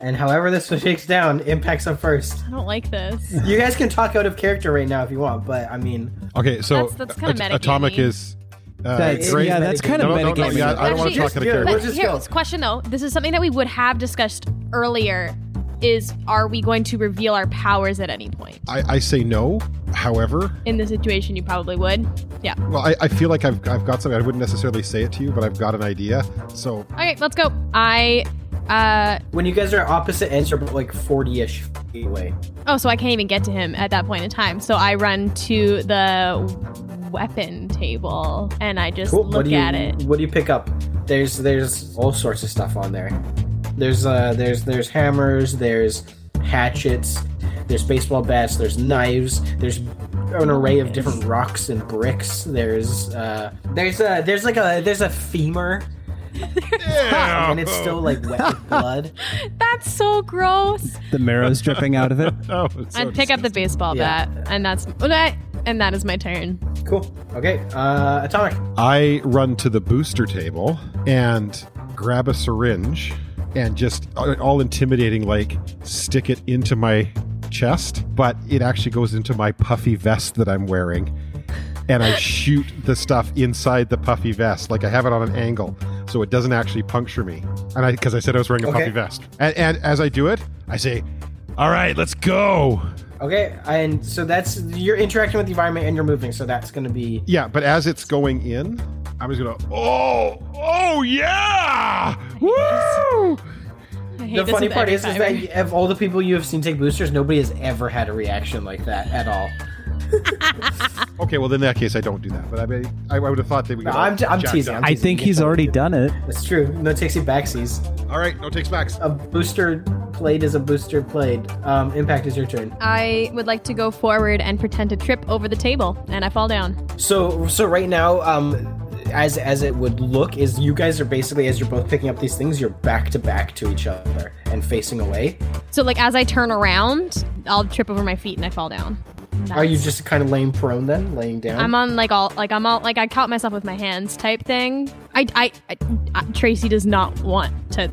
And however this one shakes down, impacts up first.
I don't like this.
You guys can talk out of character right now if you want, but I mean,
Okay, so
That's- that's kinda
at-
metagamey.
Atomic is. Uh,
That's-
great.
yeah, that's kind of
no, no, no,
metagaming.
yeah, I don't want
Actually,
to talk out of
just-
character.
We'll
But
just go.
here's question though. This is something that we would have discussed earlier is are we going to reveal our powers at any point?
I, I say no. However,
In this situation you probably would. Yeah.
well, I, I feel like I've, I've got something. I wouldn't necessarily say it to you, but I've got an idea. So
Okay, let's go. I uh
when you guys are opposite ends, you're about, like 40 ish feet away.
oh, so I can't even get to him at that point in time. So I run to the weapon table and I just
What
look
do you,
at it.
What do you pick up? There's there's all sorts of stuff on there. There's uh there's there's hammers, there's hatchets, there's baseball bats, there's knives, there's an array of different rocks and bricks. There's uh there's a there's like a there's a femur and it's still like wet with blood.
That's so gross.
The marrow's dripping out of it.
Oh, it's so
I'd pick up the baseball
Yeah.
bat and that's well, that- and that is my turn.
Cool. Okay. Uh atomic.
I run to the booster table and grab a syringe and just uh, all intimidating, like stick it into my chest, but it actually goes into my puffy vest that I'm wearing. And I shoot the stuff inside the puffy vest, like I have it on an angle, so it doesn't actually puncture me. And I, because I said I was wearing a
Okay.
puffy vest, and, and as I do it, I say, "All right, let's go."
Okay, and so that's you're interacting with the environment and you're moving, so that's gonna be
Yeah, but as it's going in, I'm just gonna, oh, oh yeah, woo!
I hate
the
this
funny
with
part
every
is, is
fiber.
that you- of all the people you have seen take boosters, nobody has ever had a reaction like that at all.
Okay, well in that case, I don't do that. But I mean, I, I would have thought that we.
No,
could all
I'm, I'm
jack
teasing.
up.
I'm
I
teasing.
think he's already done it.
That's true. No takesy backsies.
All right, no takes backs.
A booster played is a booster played. Um, impact is your turn.
I would like to go forward and pretend to trip over the table, and I fall down.
So so right now, um, as as it would look, is you guys are basically as you're both picking up these things, you're back to back to each other and facing away.
So, like, as I turn around, I'll trip over my feet and I fall down.
Are you just kind of laying prone then, laying down?
I'm on like all like I'm all like I caught myself with my hands type thing. I I, I, I Tracy does not want to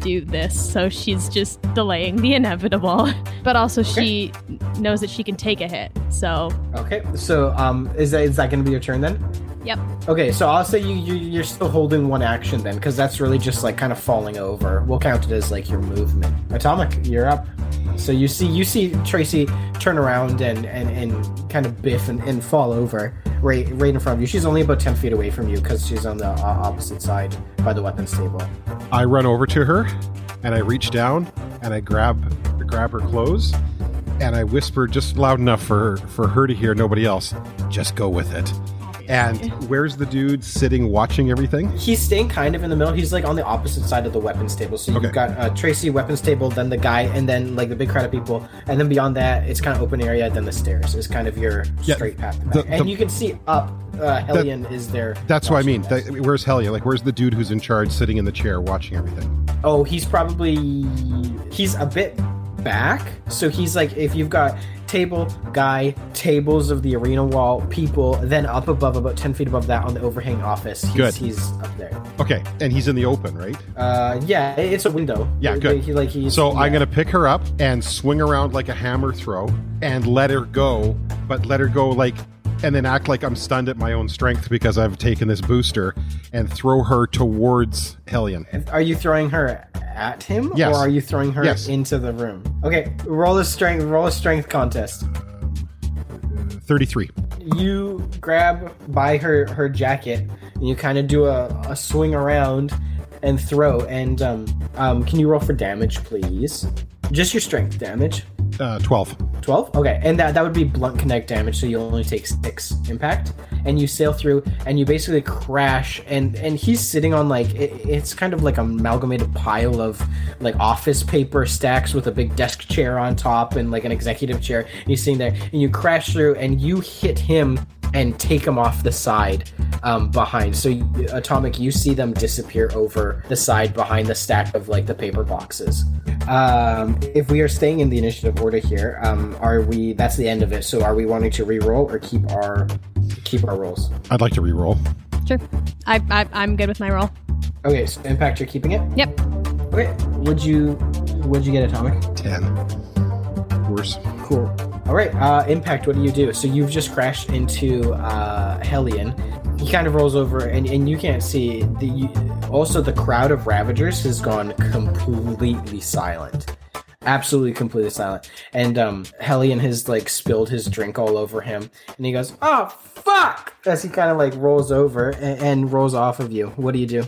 do this, so she's just delaying the inevitable. But also, she knows that she can take a hit. So,
okay. So um, is that is that going to be your turn then?
Yep.
Okay, so I'll say you, you you're still holding one action then, because that's really just like kind of falling over. We'll count it as like your movement. Atomic, you're up. So you see you see
Mm-hmm.
Tracy turn around and and, and kind of biff and, and fall over right right in front of you. She's only about ten feet away from you because she's on the uh, opposite side by the weapons table.
I run over to her and I reach down and I grab grab her clothes and I whisper just loud enough for for her to hear nobody else. Just go with it. And where's the dude sitting watching everything?
He's staying kind of in the middle. He's like on the opposite side of the weapons table. So
Okay.
you've got uh, Tracy weapons table, then the guy, and then like the big crowd of people, and then beyond that, it's kind of open area. Then the stairs is kind of your
Yeah,
straight path,
the-
and
the-
you can see up. Uh, Hellion is there.
That's what I mean.
watching this.
That, where's Hellion? Like, where's the dude who's in charge sitting in the chair watching everything?
Oh, he's probably he's a bit back. So he's like if you've got table, guy, tables of the arena wall, people, then up above about ten feet above that on the overhang office. He's
Good.
he's up there.
Okay, and he's in the open, right?
Uh yeah, it- it's a window.
Yeah,
Like,
good.
He, like he's
So I'm
yeah.
gonna pick her up and swing around like a hammer throw and let her go, but let her go like, and then act like I'm stunned at my own strength because I've taken this booster, and throw her towards Hellion.
are you throwing her at him
Yes.
or are you throwing her
Yes.
into the room? Okay, roll a strength roll a strength contest.
Thirty-three.
you grab by her her jacket and you kind of do a, a swing around and throw and um, um can you roll for damage please just your strength damage
Uh, Twelve.
12 okay and that that would be blunt connect damage so you only take six impact and you sail through and you basically crash and and he's sitting on like it, it's kind of like an amalgamated pile of like office paper stacks with a big desk chair on top and like an executive chair and he's sitting there and you crash through and you hit him and take him off the side um, behind. So, you- Atomic, you see them disappear over the side behind the stack of like the paper boxes. Um, if we are staying in the initiative order here, um, are we? That's the end of it. So, are we wanting to re-roll or keep our keep our rolls?
I'd like to re-roll.
Sure. I, I I'm good with my roll.
Okay, so impact, you're keeping it.
Yep.
Okay, would you would you get Atomic?
Ten. Worse.
Cool. All right, uh, Impact, what do you do? So you've just crashed into uh, Hellion. He kind of rolls over, and, and you can't see. the. Also, the crowd of Ravagers has gone completely silent. Absolutely, completely silent. And um, Hellion has like spilled his drink all over him, and he goes, "Oh fuck!" As he kind of like rolls over and, and rolls off of you. What do you do?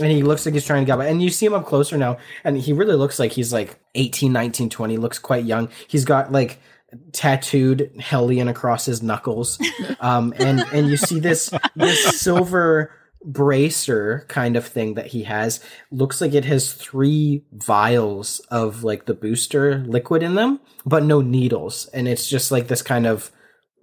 and he looks like he's trying to get by and you see him up closer now and he really looks like he's like 18 19 20 looks quite young he's got uh, like tattooed hellion across his knuckles um and and you see this this silver bracer kind of thing that he has looks like it has three vials of like the booster liquid in them but no needles and it's just like this kind of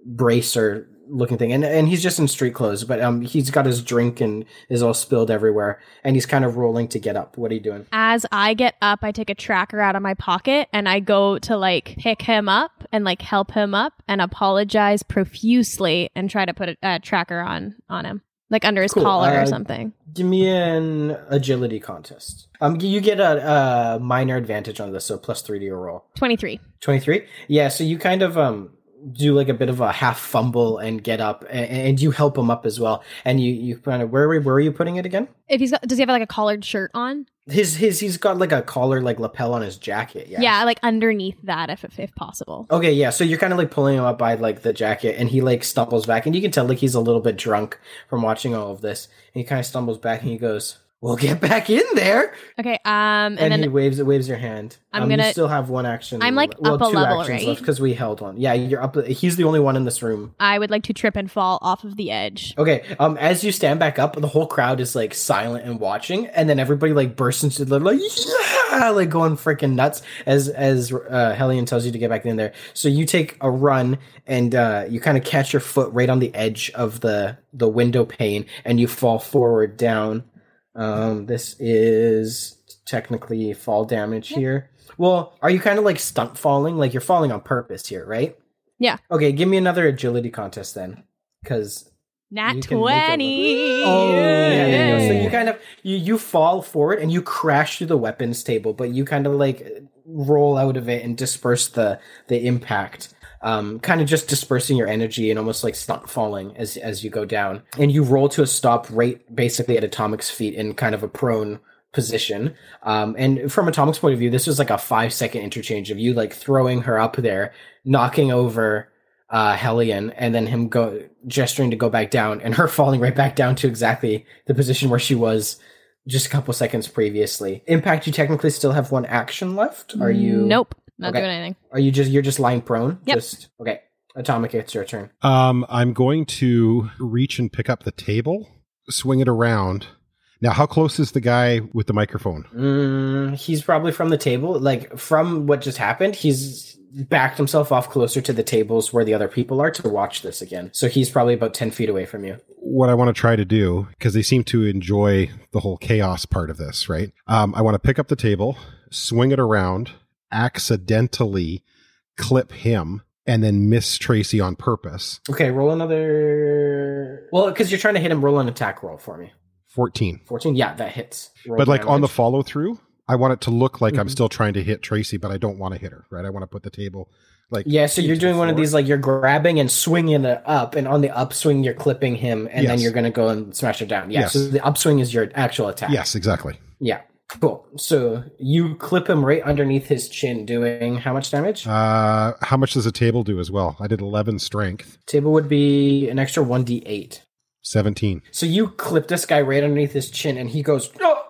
bracer looking thing and and he's just in street clothes but um he's got his drink and is all spilled everywhere and he's kind of rolling to get up what are you doing
As I get up, I take a tracker out of my pocket and I go to like pick him up and like help him up and apologize profusely and try to put a, a tracker on on him, like under his
Cool,
collar
uh,
or something.
give me an agility contest um you get a, a minor advantage on this so plus three to your roll
Twenty three.
23 yeah so you kind of um do like a bit of a half fumble and get up and, and you help him up as well and you you kind of where were- where are you putting it again
If he's got, does he have like a collared shirt on?
his his he's got like a collar like lapel on his jacket yeah
Yeah, like underneath that, if if possible.
Okay, yeah. So you're kind of like pulling him up by like the jacket, and he like stumbles back, and you can tell like he's a little bit drunk from watching all of this. And he kind of stumbles back, and he goes, "We'll get back in there."
Okay. Um, and,
And,
then
he waves waves your hand. Um,
I'm
you
gonna-
still have one action.
I'm, like,
well,
up a
two
level,
actions
right?
left because we held one. Yeah, you're up. He's the only one in this room.
I would like to trip and fall off of the edge.
Okay. Um, as you stand back up, the whole crowd is like silent and watching, and then everybody like bursts into the like yeah, like going freaking nuts as as uh, Hellion tells you to get back in there. So you take a run and uh, you kind of catch your foot right on the edge of the the window pane, and you fall forward down. Um, this is technically fall damage here. Well, are you kind of like stunt falling? Like you're falling on purpose here, right?
Yeah.
Okay, give me another agility contest then, because
Nat
You can make it
twenty.
Oh, yeah, there you go. So
Yay.
you kind of you you fall forward and you crash through the weapons table, but you kind of like roll out of it and disperse the the impact.
um, kind of just dispersing your energy and almost like stunt falling as as you go down. And you roll to a stop right basically at Atomic's feet in kind of a prone position. Um, and from Atomic's point of view, this was like a five second interchange of you like throwing her up there, knocking over uh, Hellion, and then him go gesturing to go back down, and her falling right back down to exactly the position where she was just a couple seconds previously. Impact, you technically still have one action left. Are you?
Nope. Not
Okay.
doing anything.
Are you just you're just lying prone?
Yep.
Just okay. Atomic, it's your turn.
Um, I'm going to reach and pick up the table, swing it around. Now, how close is the guy with the microphone?
Mm, he's probably from the table. Like from what just happened, he's backed himself off closer to the tables where the other people are to watch this again. So he's probably about ten feet away from you.
What I want to try to do, because they seem to enjoy the whole chaos part of this, right? Um, I want to pick up the table, swing it around, accidentally clip him, and then miss Tracy on purpose.
Okay, roll another. Well, because you're trying to hit him, roll an attack roll for me.
14.
Fourteen, yeah, that hits. Roll
but like on the
damage.
follow through, I want it to look like I'm
Mhm.
still trying to hit Tracy, but I don't want to hit her, right? I want to put the table like
yeah, so you're
into the
doing one of
floor.
these like you're grabbing and swinging it up, and on the upswing you're clipping him, and then
Yes.
you're gonna go and smash her down. Yeah,
Yes.
so the upswing is your actual attack.
Yes, exactly.
Yeah. Cool. So you clip him right underneath his chin, doing how much damage?
Uh, how much does a table do as well? I did 11 strength,
Table would be an extra 1d8.
17.
So you clip this guy right underneath his chin, and he goes "Oh!"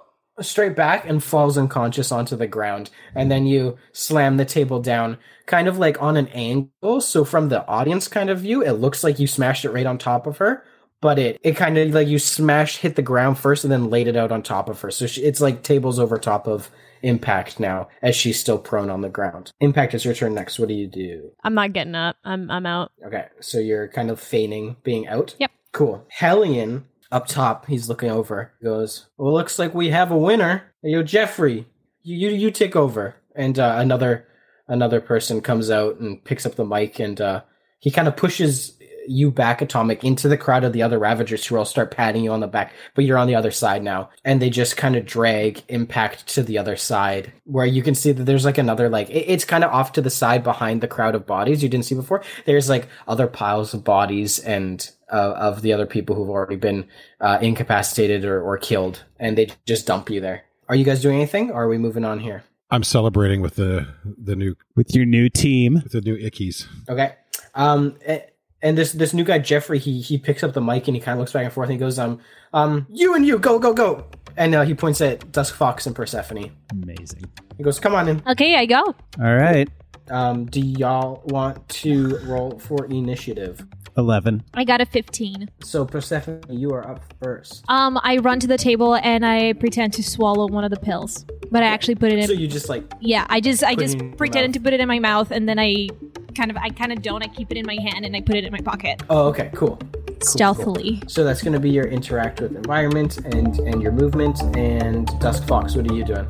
straight back and falls unconscious onto the ground. And then you slam the table down, kind of like on an angle. So from the audience kind of view, it looks like you smashed it right on top of her. But it, it kind of like you smashed, hit the ground first, and then laid it out on top of her. So she, it's like tables over top of Impact now, as she's still prone on the ground. Impact is your turn next. What do you do?
I'm not getting up. I'm I'm out.
Okay, so you're kind of feigning being out.
Yep.
Cool. Hellion up top, he's looking over. Goes, well, looks like we have a winner. Yo, Jeffrey, you you, you take over. And uh, another another person comes out and picks up the mic, and uh, he kind of pushes you back, Atomic, into the crowd of the other Ravagers who all start patting you on the back. But you're on the other side now, and they just kind of drag Impact to the other side, where you can see that there's like another like it- it's kind of off to the side behind the crowd of bodies you didn't see before. There's like other piles of bodies and uh, of the other people who've already been uh, incapacitated or, or killed, and they just dump you there. Are you guys doing anything? Or are we moving on here?
I'm celebrating with the the new
with your new team.
with the new ickies.
Okay. Um, a- and this this new guy Jeffrey, he he picks up the mic and he kind of looks back and forth and he goes, um, um, you and you, go go go, and uh, he points at Dusk Fox and Persephone.
Amazing.
He goes, come on in.
Okay, I go.
All right.
Um, do y'all want to roll for initiative?
11.
I got a 15.
So Persephone, you are up first.
Um, I run to the table and I pretend to swallow one of the pills, but I actually put it in.
So you just like
yeah, I just I
Put it
just
in your
pretended
mouth.
to put it in my mouth and then I kind of I kind of don't. I keep it in my hand and I put it in my pocket
oh okay cool.
stealthily.
So that's going to be your interact with environment and and your movement and Dusk Fox. What are you doing?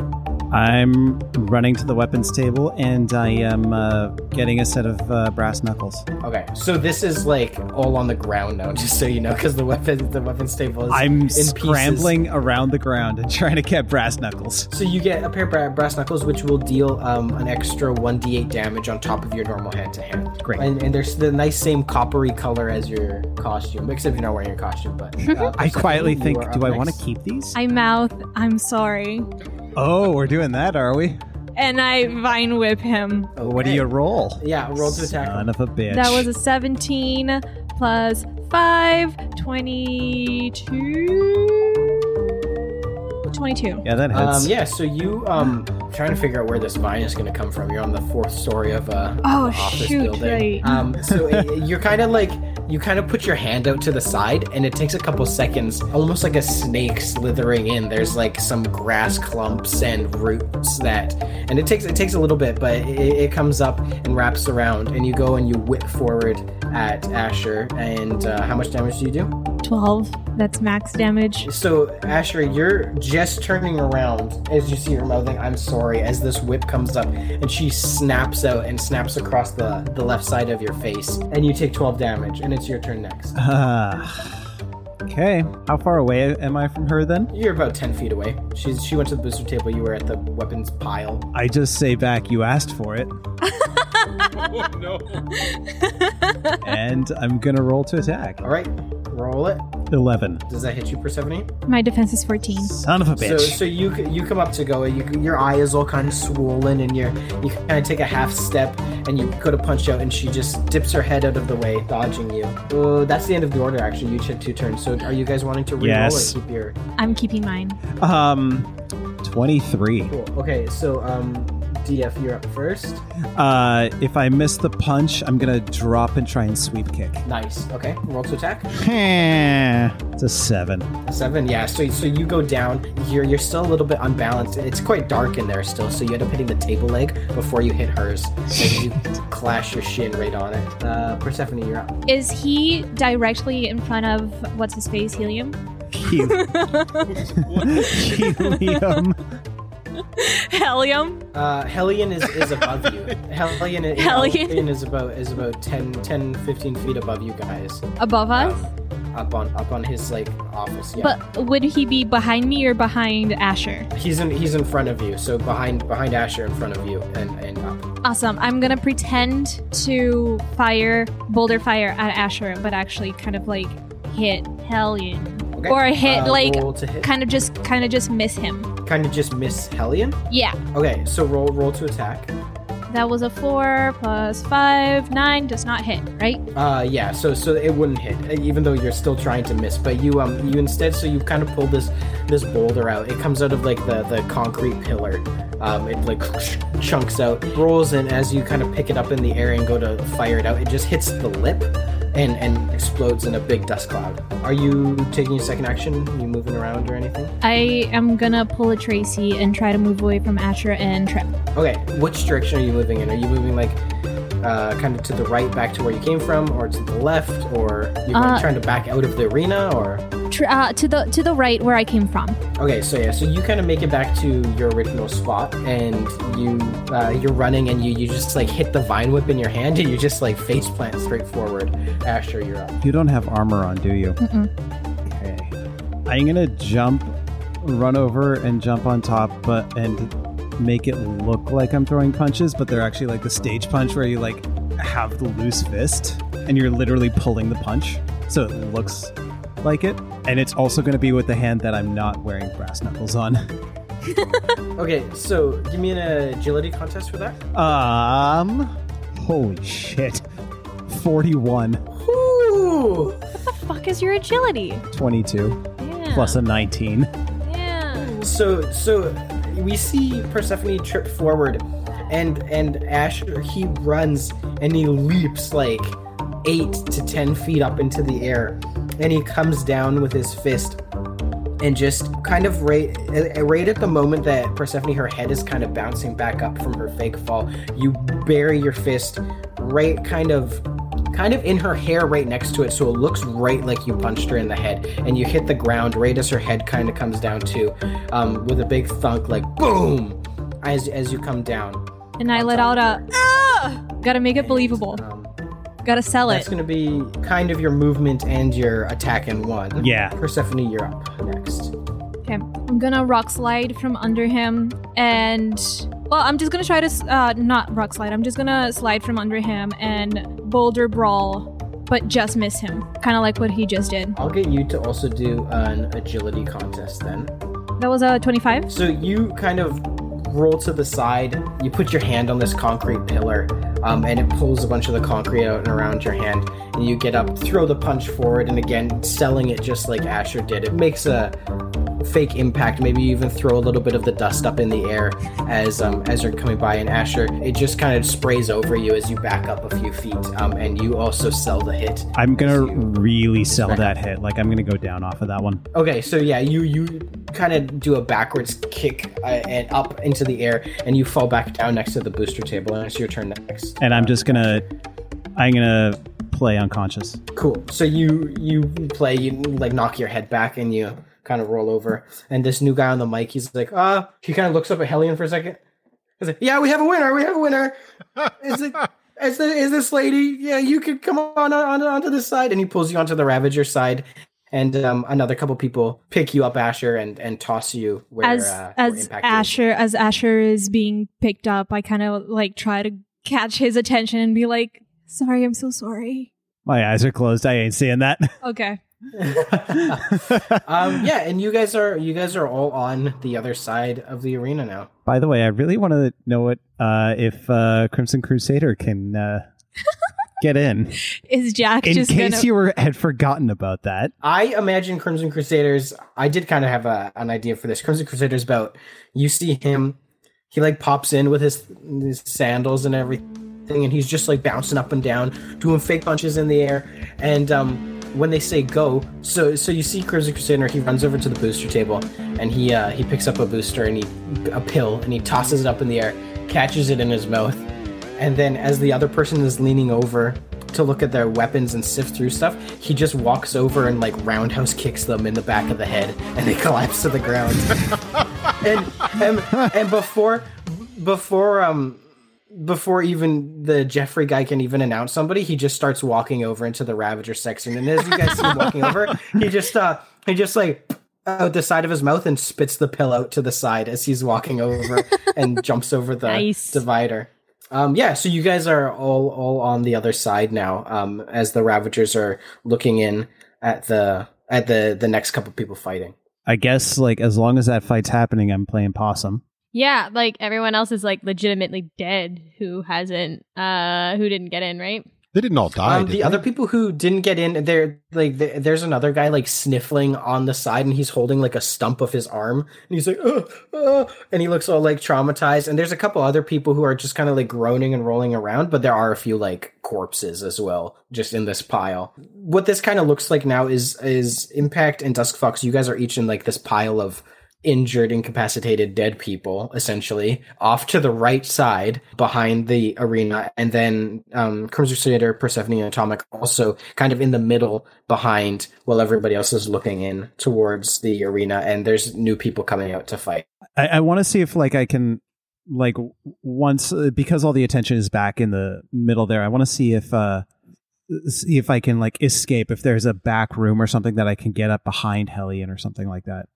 I'm running to the weapons table and I am uh, getting a set of uh, brass knuckles.
Okay, so this is like all on the ground now, just so you know, because the weapon the weapons table is in
I'm
pieces.
scrambling around the ground and trying to get brass knuckles.
So you get a pair of bra- brass knuckles, which will deal um, an extra 1d8 damage on top of your normal hand to hand.
Great.
And, and there's the nice same coppery color as your costume, except you're not wearing your costume. But uh,
I quietly
Persephone,
think,
you are
do
up
I want
next.
to keep these?
I mouth, I'm sorry,
oh, we're doing that, are we?
and I vine whip him.
Okay.
What do you roll?
Yeah, roll to attack.
Son of a bitch.
That was a 17 plus 5, 22. 22.
yeah, that
Um,
hits.
yeah, so you um trying to figure out where this vine is going to come from. You're on the fourth story of uh, a
Oh,
office
shoot,
building.
right.
Um, so uh, you're kind of like you kind of put your hand out to the side, and it takes a couple seconds, almost like a snake slithering in. There's like some grass clumps and roots that, and it takes it takes a little bit, but it, it comes up and wraps around, and you go and you whip forward at Asher. And uh, how much damage do you do?
12. That's max damage.
So, Asher, you're just turning around as you see her mouthing, I'm sorry, as this whip comes up and she snaps out and snaps across the, the left side of your face. And you take 12 damage, and it's your turn next.
Ah. okay. How far away am I from her then?
You're about 10 feet away. She's, she went to the booster table, you were at the weapons pile.
I just say back, you asked for it.
oh no.
and I'm gonna roll to attack.
All right, roll it.
Eleven.
Does that hit you, Persephone?
My defense is 14.
Son of a
So,
bitch.
so you you come up to Goa. You, your eye is all kind of swollen, and you you kind of take a half step, and you go to punch out, and she just dips her head out of the way, dodging you. Oh, that's the end of the order. Actually, you had two turns. So, are you guys wanting to re-roll
Yes.
or keep your?
I'm keeping mine.
um, twenty-three.
Cool. Okay, so um, DF, you're up first.
Uh, if I miss the punch, I'm gonna drop and try and sweep kick.
Nice. Okay, roll to attack.
it's a seven.
Seven, yeah. So, so you go down. You're you're still a little bit unbalanced. It's quite dark in there still. So you end up hitting the table leg before you hit hers. And you clash your shin right on it. Uh, Persephone, you're up.
Is he directly in front of what's his face, Helium?
Helium. Helium.
Helium.
Uh, Hellion is, is above you. Hellion, is-
Hellion.
Hellion is about is about 10, 10, 15 feet above you guys.
Above us?
Up on up on his like office. Yeah.
But would he be behind me or behind Asher?
he's in he's in front of you. So behind behind Asher, in front of you, and and up.
Awesome. I'm gonna pretend to fire boulder fire at Asher, but actually kind of like hit Hellion.
Okay.
Or hit
Uh,
like
roll to hit.
kind of just kind of just miss him.
kind of just miss Hellion.
Yeah.
Okay, so roll roll to attack.
That was a four plus five, nine does not hit, right?
Uh, yeah. So, so it wouldn't hit, uh, even though you're still trying to miss. But you, um, you instead, so you kind of pull this, this boulder out. It comes out of like the the concrete pillar. Um, it like chunks out, rolls, and as you kind of pick it up in the air and go to fire it out, it just hits the lip, and and explodes in a big dust cloud. Are you taking a second action? you moving around or anything?
I am gonna pull a Tracy and try to move away from Asher and Trip.
Okay. Which direction are you moving in? Are you moving like? Uh, kind of to the right, back to where you came from, or to the left, or you're
Uh,
trying to back out of the arena, or
Tr- uh, to the to the right where I came from.
Okay, so yeah, so you kind of make it back to your original spot, and you uh, you're running, and you you just like hit the vine whip in your hand, and you just like face plant straight forward. Asher, you're up.
You don't have armor on, do you?
Mm-mm.
Okay. I'm gonna jump, run over, and jump on top, but and make it look like I'm throwing punches, but they're actually like the stage punch where you like have the loose fist and you're literally pulling the punch, so it looks like it. And it's also gonna be with the hand that I'm not wearing brass knuckles on.
Okay, so give me an agility contest for that.
Um, holy shit. 41,
Ooh,
Fuck is your agility?
22,
Yeah.
plus a 19.
Yeah.
so so we see Persephone trip forward, and and Asher he runs and he leaps like eight to ten feet up into the air, and he comes down with his fist and just kind of right, uh, right at the moment that Persephone, her head is kind of bouncing back up from her fake fall, you bury your fist right kind of kind of in her hair right next to it so it looks right like you punched her in the head and you hit the ground right as her head kind of comes down too um, with a big thunk like boom as, as you come down
And I let out a ah! Gotta make it believable.
um,
Gotta sell
that's
it.
going to be kind of your movement and your attack in one
Yeah.
persephone you're up next
Okay. I'm gonna rock slide from under him and well, I'm just gonna try to s- uh, not rock slide. I'm just gonna slide from under him and boulder brawl, but just miss him. Kind of like what he just did.
i'll get you to also do an agility contest then
That was a 25.
So you kind of roll to the side. You put your hand on this concrete pillar, um, and it pulls a bunch of the concrete out and around your hand. And you get up, throw the punch forward, and again, selling it just like Asher did. It makes a fake impact. Maybe you even throw a little bit of the dust up in the air as um, as you're coming by. And Asher, it just kind of sprays over you as you back up a few feet, um, and you also sell the hit.
I'm gonna really sell that hit. Like, I'm gonna go down off of that one.
Okay, so yeah, you you kind of do a backwards kick uh, and up into the air, and you fall back down next to the booster table, and it's your turn next.
and I'm just gonna I'm gonna play unconscious.
Cool. So you you play, you like knock your head back, and you kind of roll over. And this new guy on the mic, he's like, uh, he kind of looks up at Hellion for a second. He's like, yeah, we have a winner. We have a winner. Is it? Is, the, is this lady? Yeah, you could come on, on onto this side, and he pulls you onto the Ravager side, and um, another couple people pick you up, Asher, and and toss you where
as
uh, where
as
impact is.
Asher as Asher is being picked up, I kind of like try to
catch his attention and be like, "Sorry, I'm so sorry."
My eyes are closed. I ain't seeing that.
Okay.
um, yeah, and you guys are you guys are all on the other side of the arena now.
By the way, I really want to know what uh, if uh, Crimson Crusader can uh, get in.
Is Jack
In
just
case
gonna?
you were had forgotten about that,
I imagine Crimson Crusaders. I did kind of have a, an idea for this. Crimson Crusaders boat. You see him. He like pops in with his his sandals and everything, and he's just like bouncing up and down, doing fake punches in the air. And um, when they say go, so so you see Crimson Crusader. He runs over to the booster table, and he uh, he picks up a booster and he a pill, and he tosses it up in the air, catches it in his mouth, and then as the other person is leaning over to look at their weapons and sift through stuff, he just walks over and like roundhouse kicks them in the back of the head and they collapse to the ground. and, and and before before um before even the Jeffrey guy can even announce somebody, he just starts walking over into the Ravager section. And as you guys see him walking over, he just uh he just like out the side of his mouth and spits the pill out to the side as he's walking over and jumps over the
Nice.
divider. Um, yeah, so you guys are all all on the other side now, um, as the Ravagers are looking in at the at the the next couple people fighting.
I guess like as long as that fight's happening, I'm playing possum.
yeah, like everyone else is like legitimately dead. Who hasn't? Uh, who didn't get in? Right?
They didn't all die.
Um,
did
the
they?
other people who didn't get in, they're like, th- there's another guy like sniffling on the side, and he's holding like a stump of his arm, and he's like, oh, oh, and he looks all like traumatized. And there's a couple other people who are just kind of like groaning and rolling around, but there are a few like corpses as well, just in this pile. What this kind of looks like now is is Impact and Duskfox. You guys are each in like this pile of injured, incapacitated, dead people, essentially, off to the right side behind the arena. And then um, Crimson Crusader, Persephone, and Atomic also kind of in the middle behind while everybody else is looking in towards the arena. And there's new people coming out to fight.
I, I want to see if like I can like w- once uh, because all the attention is back in the middle there. I want to see if uh see if I can like escape if there's a back room or something that I can get up behind Hellion or something like that.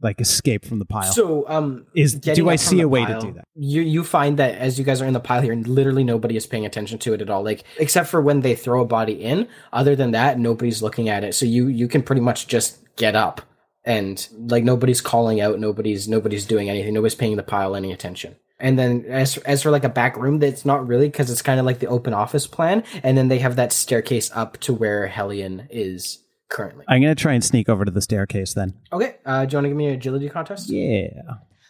Like escape from the pile.
So, um,
is
getting
do I
up from
see
the
a way
pile,
to do that?
You you find that as you guys are in the pile here, and literally nobody is paying attention to it at all. Like except for when they throw a body in. Other than that, nobody's looking at it. So you you can pretty much just get up and like nobody's calling out, nobody's nobody's doing anything, nobody's paying the pile any attention. And then as as for like a back room, that's not really because it's kind of like the open office plan. And then they have that staircase up to where Hellion is currently.
I'm gonna try and sneak over to the staircase then.
Okay, uh, do you want to give me an agility contest?
Yeah.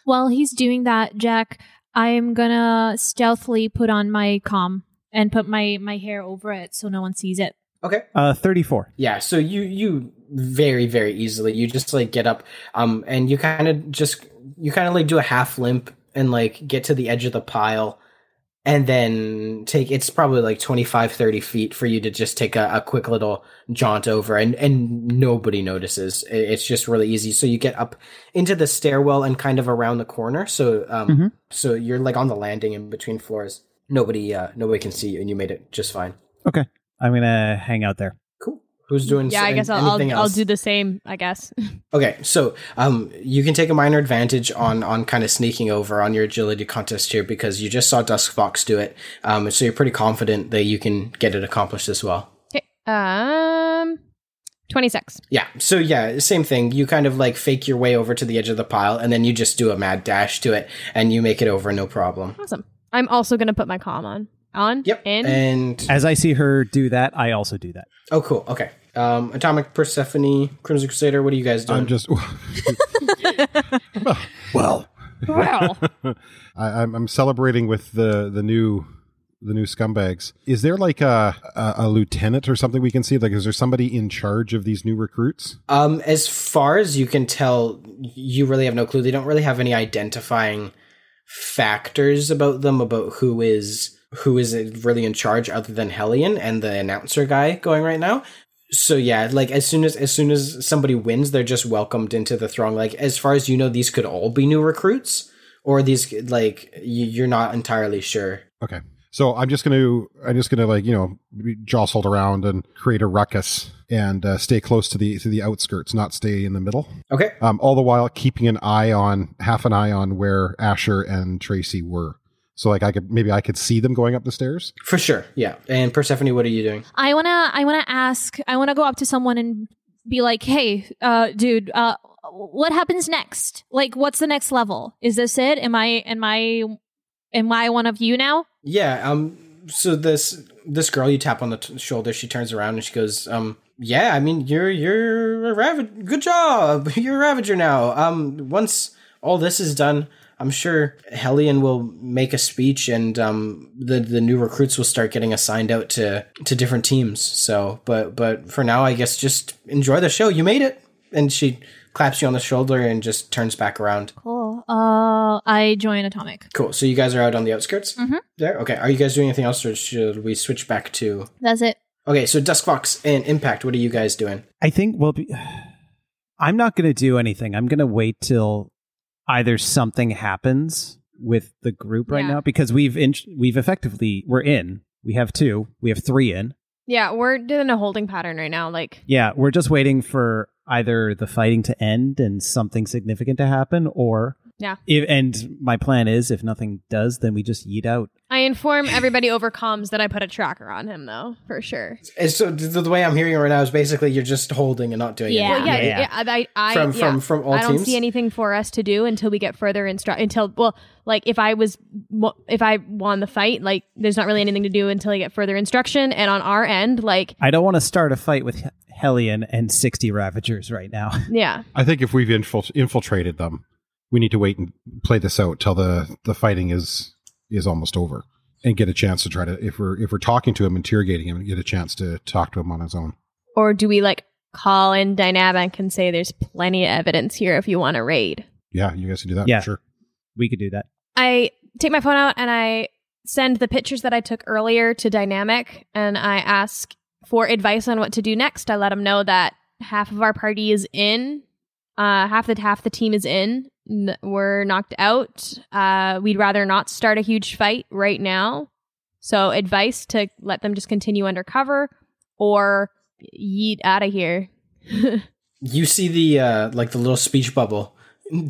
While he's doing that, Jack, I'm gonna stealthily put on my com and put my my hair over it so no one sees it.
Okay.
Uh thirty four.
yeah so you you very very easily you just like get up um and you kind of just you kind of like do a half limp and like get to the edge of the pile and then take it's probably like 25 30 feet for you to just take a, a quick little jaunt over and and nobody notices I- it's just really easy so you get up into the stairwell and kind of around the corner so um
Mm-hmm.
Mhm.
so you're like on the landing in between floors nobody uh nobody can see you and you made it just fine
I'm gonna hang out there.
cool who's doing
yeah, I
s-
guess I'll I'll,
anything
I'll
else?
do the same. I guess.
Okay, so um, you can take a minor advantage on on kind of sneaking over on your agility contest here because you just saw Dusk Fox do it, um, so you're pretty confident that you can get it accomplished as well.
Okay. Um, twenty six.
Yeah, so yeah, same thing. You kind of like fake your way over to the edge of the pile, and then you just do a mad dash to it, and you make it over no problem.
Awesome. I'm also gonna put my calm on. On.
Yep.
In.
And
As I see her do that, I also do that.
oh, cool. Okay. Um, Atomic Persephone, Crimson Crusader. What are you guys doing?
I'm just. well,
well.
I, I'm, I'm celebrating with the the new the new scumbags. Is there like a, a a lieutenant or something we can see? Like, is there somebody in charge of these new recruits?
Um, as far as you can tell, you really have no clue. They don't really have any identifying factors about them about who is who is really in charge other than Hellion and the announcer guy going right now. So yeah, like as soon as as soon as somebody wins, they're just welcomed into the throng. Like as far as you know, these could all be new recruits, or these like you, you're not entirely sure.
Okay, so I'm just gonna I'm just gonna like you know be jostled around and create a ruckus and uh, stay close to the to the outskirts, not stay in the middle.
Okay,
Um, all the while keeping an eye on half an eye on where Asher and Tracy were. So like I could maybe I could see them going up the stairs.
For sure. Yeah. And Persephone, what are you doing?
I wanna I wanna ask I wanna go up to someone and be like, hey, uh, dude, uh, what happens next? Like, what's the next level? Is this it? Am I am I am I one of you now?
Yeah. Um. So this this girl you tap on the t- shoulder, she turns around and she goes, um, yeah. I mean, you're you're a ravager. Good job. You're a ravager now. Um. Once all this is done. I'm sure Hellion will make a speech, and um, the the new recruits will start getting assigned out to, to different teams. So, but but for now, I guess just enjoy the show. You made it, and she claps you on the shoulder and just turns back around.
Cool. Uh, I join Atomic.
Cool. So you guys are out on the outskirts
Mhm.
there. Okay. Are you guys doing anything else, or should we switch back to?
That's it.
Okay. So Duskfox and Impact. What are you guys doing?
I think we'll be. I'm not going to do anything. I'm going to wait till either something happens with the group right
Yeah.
now because we've in, we've effectively we're in. We have two. We have three in.
Yeah, we're doing a holding pattern right now. Like,
Yeah, we're just waiting for either the fighting to end and something significant to happen, or
Yeah.
If, and my plan is, if nothing does, then we just yeet out.
I inform everybody over comms that I put a tracker on him, though, for sure.
And so the, the way I'm hearing it right now is basically you're just holding and not doing
Yeah.
Well,
anything.
yeah,
Yeah.
yeah. I, I,
From
yeah.
from from all
I don't
teams.
see anything for us to do until we get further instru- until well like if I was wa- if I won the fight like there's not really anything to do until I get further instruction and on our end like
I don't want to start a fight with He- Hellion and sixty Ravagers right now.
yeah
I think if we've infil- infiltrated them, we need to wait and play this out till the the fighting is is almost over and get a chance to try to if we're if we're talking to him, interrogating him, and get a chance to talk to him on his own.
or do we like call in Dynamic and say there's plenty of evidence here if you want to raid
Yeah, you guys can do that.
Yeah.
sure.
We could do that.
I take my phone out and I send the pictures that I took earlier to Dynamic and I ask for advice on what to do next. I let them know that half of our party is in, uh, half the half the team is in. N- We're knocked out. Uh, we'd rather not start a huge fight right now. So advice to let them just continue undercover or yeet out of here.
You see the uh, like the little speech bubble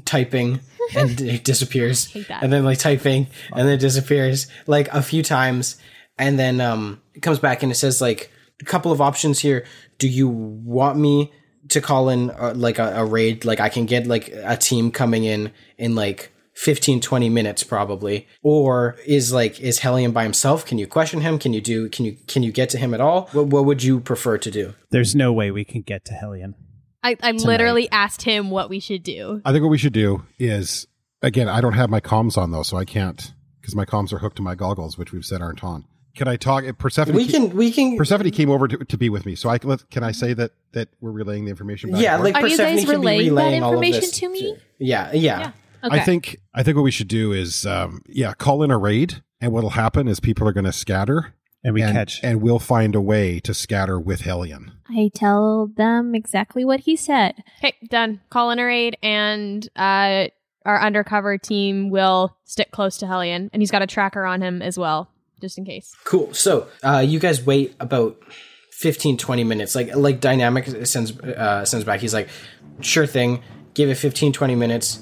typing and it disappears.
Hate that.
and then like typing and then it disappears like a few times and then um it comes back and it says like a couple of options here do you want me to call in uh, like a, a raid like i can get like a team coming in in like 15 20 minutes probably or is like is hellion by himself can you question him can you do can you can you get to him at all what, what would you prefer to do
There's no way we can get to Hellion.
I, I literally asked him what we should do.
I think what we should do is again, I don't have my comms on though, so I can't because my comms are hooked to my goggles, which we've said aren't on. Can I talk? Persephone.
we can we can
Persephone came over to, to be with me, so I can. let- Can I say that that we're relaying the information? Back
yeah
and forth?
like
Are you
persephone
guys
can be
relaying that
relaying all of
information
this
to me?
yeah yeah
I think I think what we should do is um, yeah, call in a raid, and what'll happen is people are going to scatter,
And we
and,
catch.
and we'll find a way to scatter with Hellion.
I tell them exactly what he said.
Okay, done. Call in a raid, and uh, our undercover team will stick close to Hellion, and he's got a tracker on him as well, just in case.
Cool. So, uh, you guys wait about 15, 20 minutes. Like, like Dynamic sends, uh, sends back. He's like, sure thing. Give it 15, 20 minutes.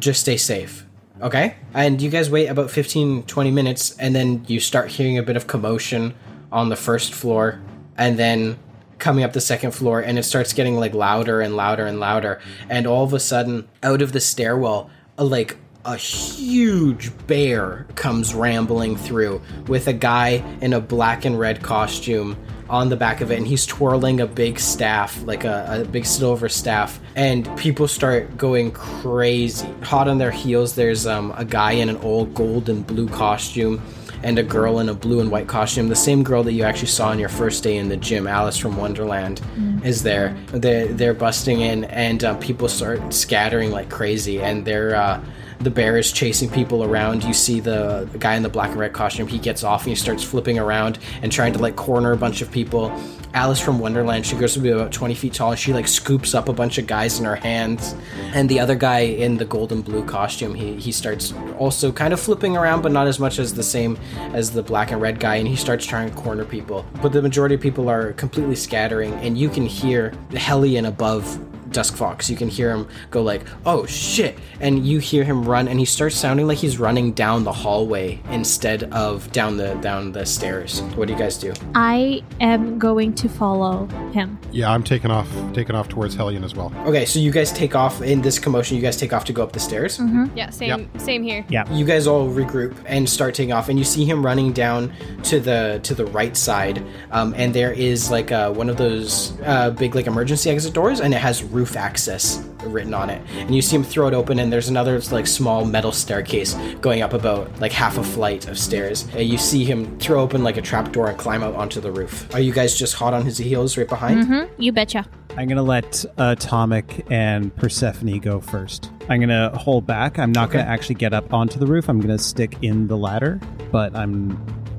Just stay safe. Okay? And you guys wait about 15, 20 minutes, and then you start hearing a bit of commotion on the first floor, and then coming up the second floor, and it starts getting like louder and louder and louder. And all of a sudden, out of the stairwell, a, like a huge bear comes rambling through with a guy in a black and red costume on the back of it and he's twirling a big staff like a, a big silver staff and people start going crazy hot on their heels there's um, a guy in an old gold and blue costume and a girl in a blue and white costume the same girl that you actually saw on your first day in the gym alice from wonderland is there they're, they're busting in and uh, people start scattering like crazy and they're uh, the bear is chasing people around. You see the guy in the black and red costume. He gets off and he starts flipping around and trying to like corner a bunch of people. Alice from Wonderland, she grows to be about 20 feet tall and she like scoops up a bunch of guys in her hands. And the other guy in the gold and blue costume, he, he starts also kind of flipping around, but not as much as the same as the black and red guy. And he starts trying to corner people. But the majority of people are completely scattering. And you can hear Hellion above Dusk Fox. You can hear him go like, "Oh shit!" and you hear him run, and he starts sounding like he's running down the hallway instead of down the down the stairs. What do you guys do?
I am going to follow him.
Yeah, I'm taking off, taking off towards Hellion as well.
Okay, so you guys take off in this commotion. You guys take off to go up the stairs.
Yeah, same same here.
You guys all regroup and start taking off, and you see him running down to the to the right side. Um, and there is like uh, one of those uh, big like emergency exit doors, and it has roof access written on it. And you see him throw it open, and there's another like small metal staircase going up about like half a flight of stairs. And you see him throw open like a trap door and climb out onto the roof. Are you guys just hot on his heels right behind?
You betcha.
I'm gonna let Atomic and Persephone go first. I'm gonna hold back. I'm not gonna actually get up onto the roof. I'm gonna stick in the ladder, but I'm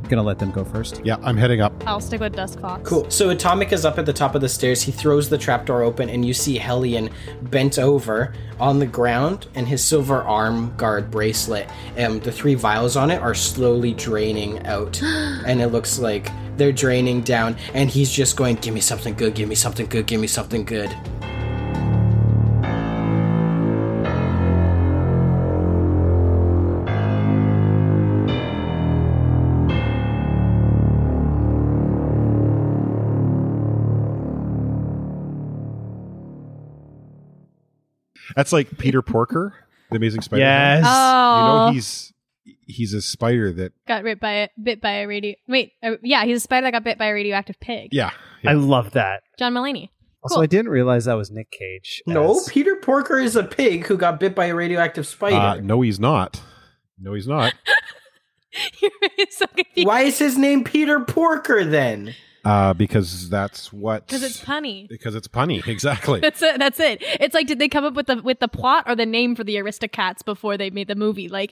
gonna let them go first.
Yeah, I'm heading up.
I'll stick with Dusk Fox.
Cool. So Atomic is up at the top of the stairs. He throws the trapdoor open, and you see Hellion bent over on the ground, and his silver arm guard bracelet. Um, the three vials on it are slowly draining out, and it looks like they're draining down. And he's just going, "Give me something good. Give me something good. Give me something good."
That's like Peter Porker, the Amazing Spider-Man.
Yes.
You
Oh,
know he's he's a spider that
got ripped by a, bit by a radio. Wait, uh, yeah, he's a spider that got bit by a radioactive pig.
yeah.
I love that.
John Mulaney.
Also,
Cool.
I didn't realize that was Nick Cage.
No,
as-
Peter Porker is a pig who got bit by a radioactive
Uh,
spider.
no, he's not. No, he's not.
You're so confused
Why is his name Peter Porker then?
Uh, because that's what.
because it's punny.
because it's punny. Exactly.
That's it. That's it. It's like, did they come up with the with the plot or the name for the Aristocats before they made the movie? Like,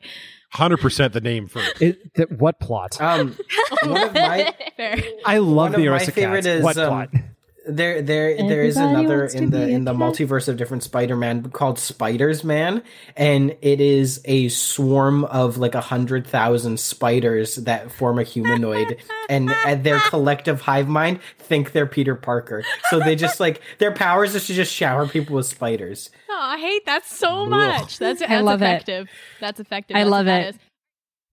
Hundred percent the name for.
It, th- what plot?
Um, one of my
fair.
I love
one
the
of my
Aristocats.
favorite is,
what
um,
plot?
there there there is
Everybody
another
wants to
in the
be a
in the
cat.
multiverse of different spider-man called spiders man and it is a swarm of like a hundred thousand spiders that form a humanoid and at their collective hive mind think they're peter parker so they just like their powers is to just shower people with spiders
Oh, I hate that so much. That's, that's
love it.
effective. That's effective.
I
That's
love
what
it.
that is.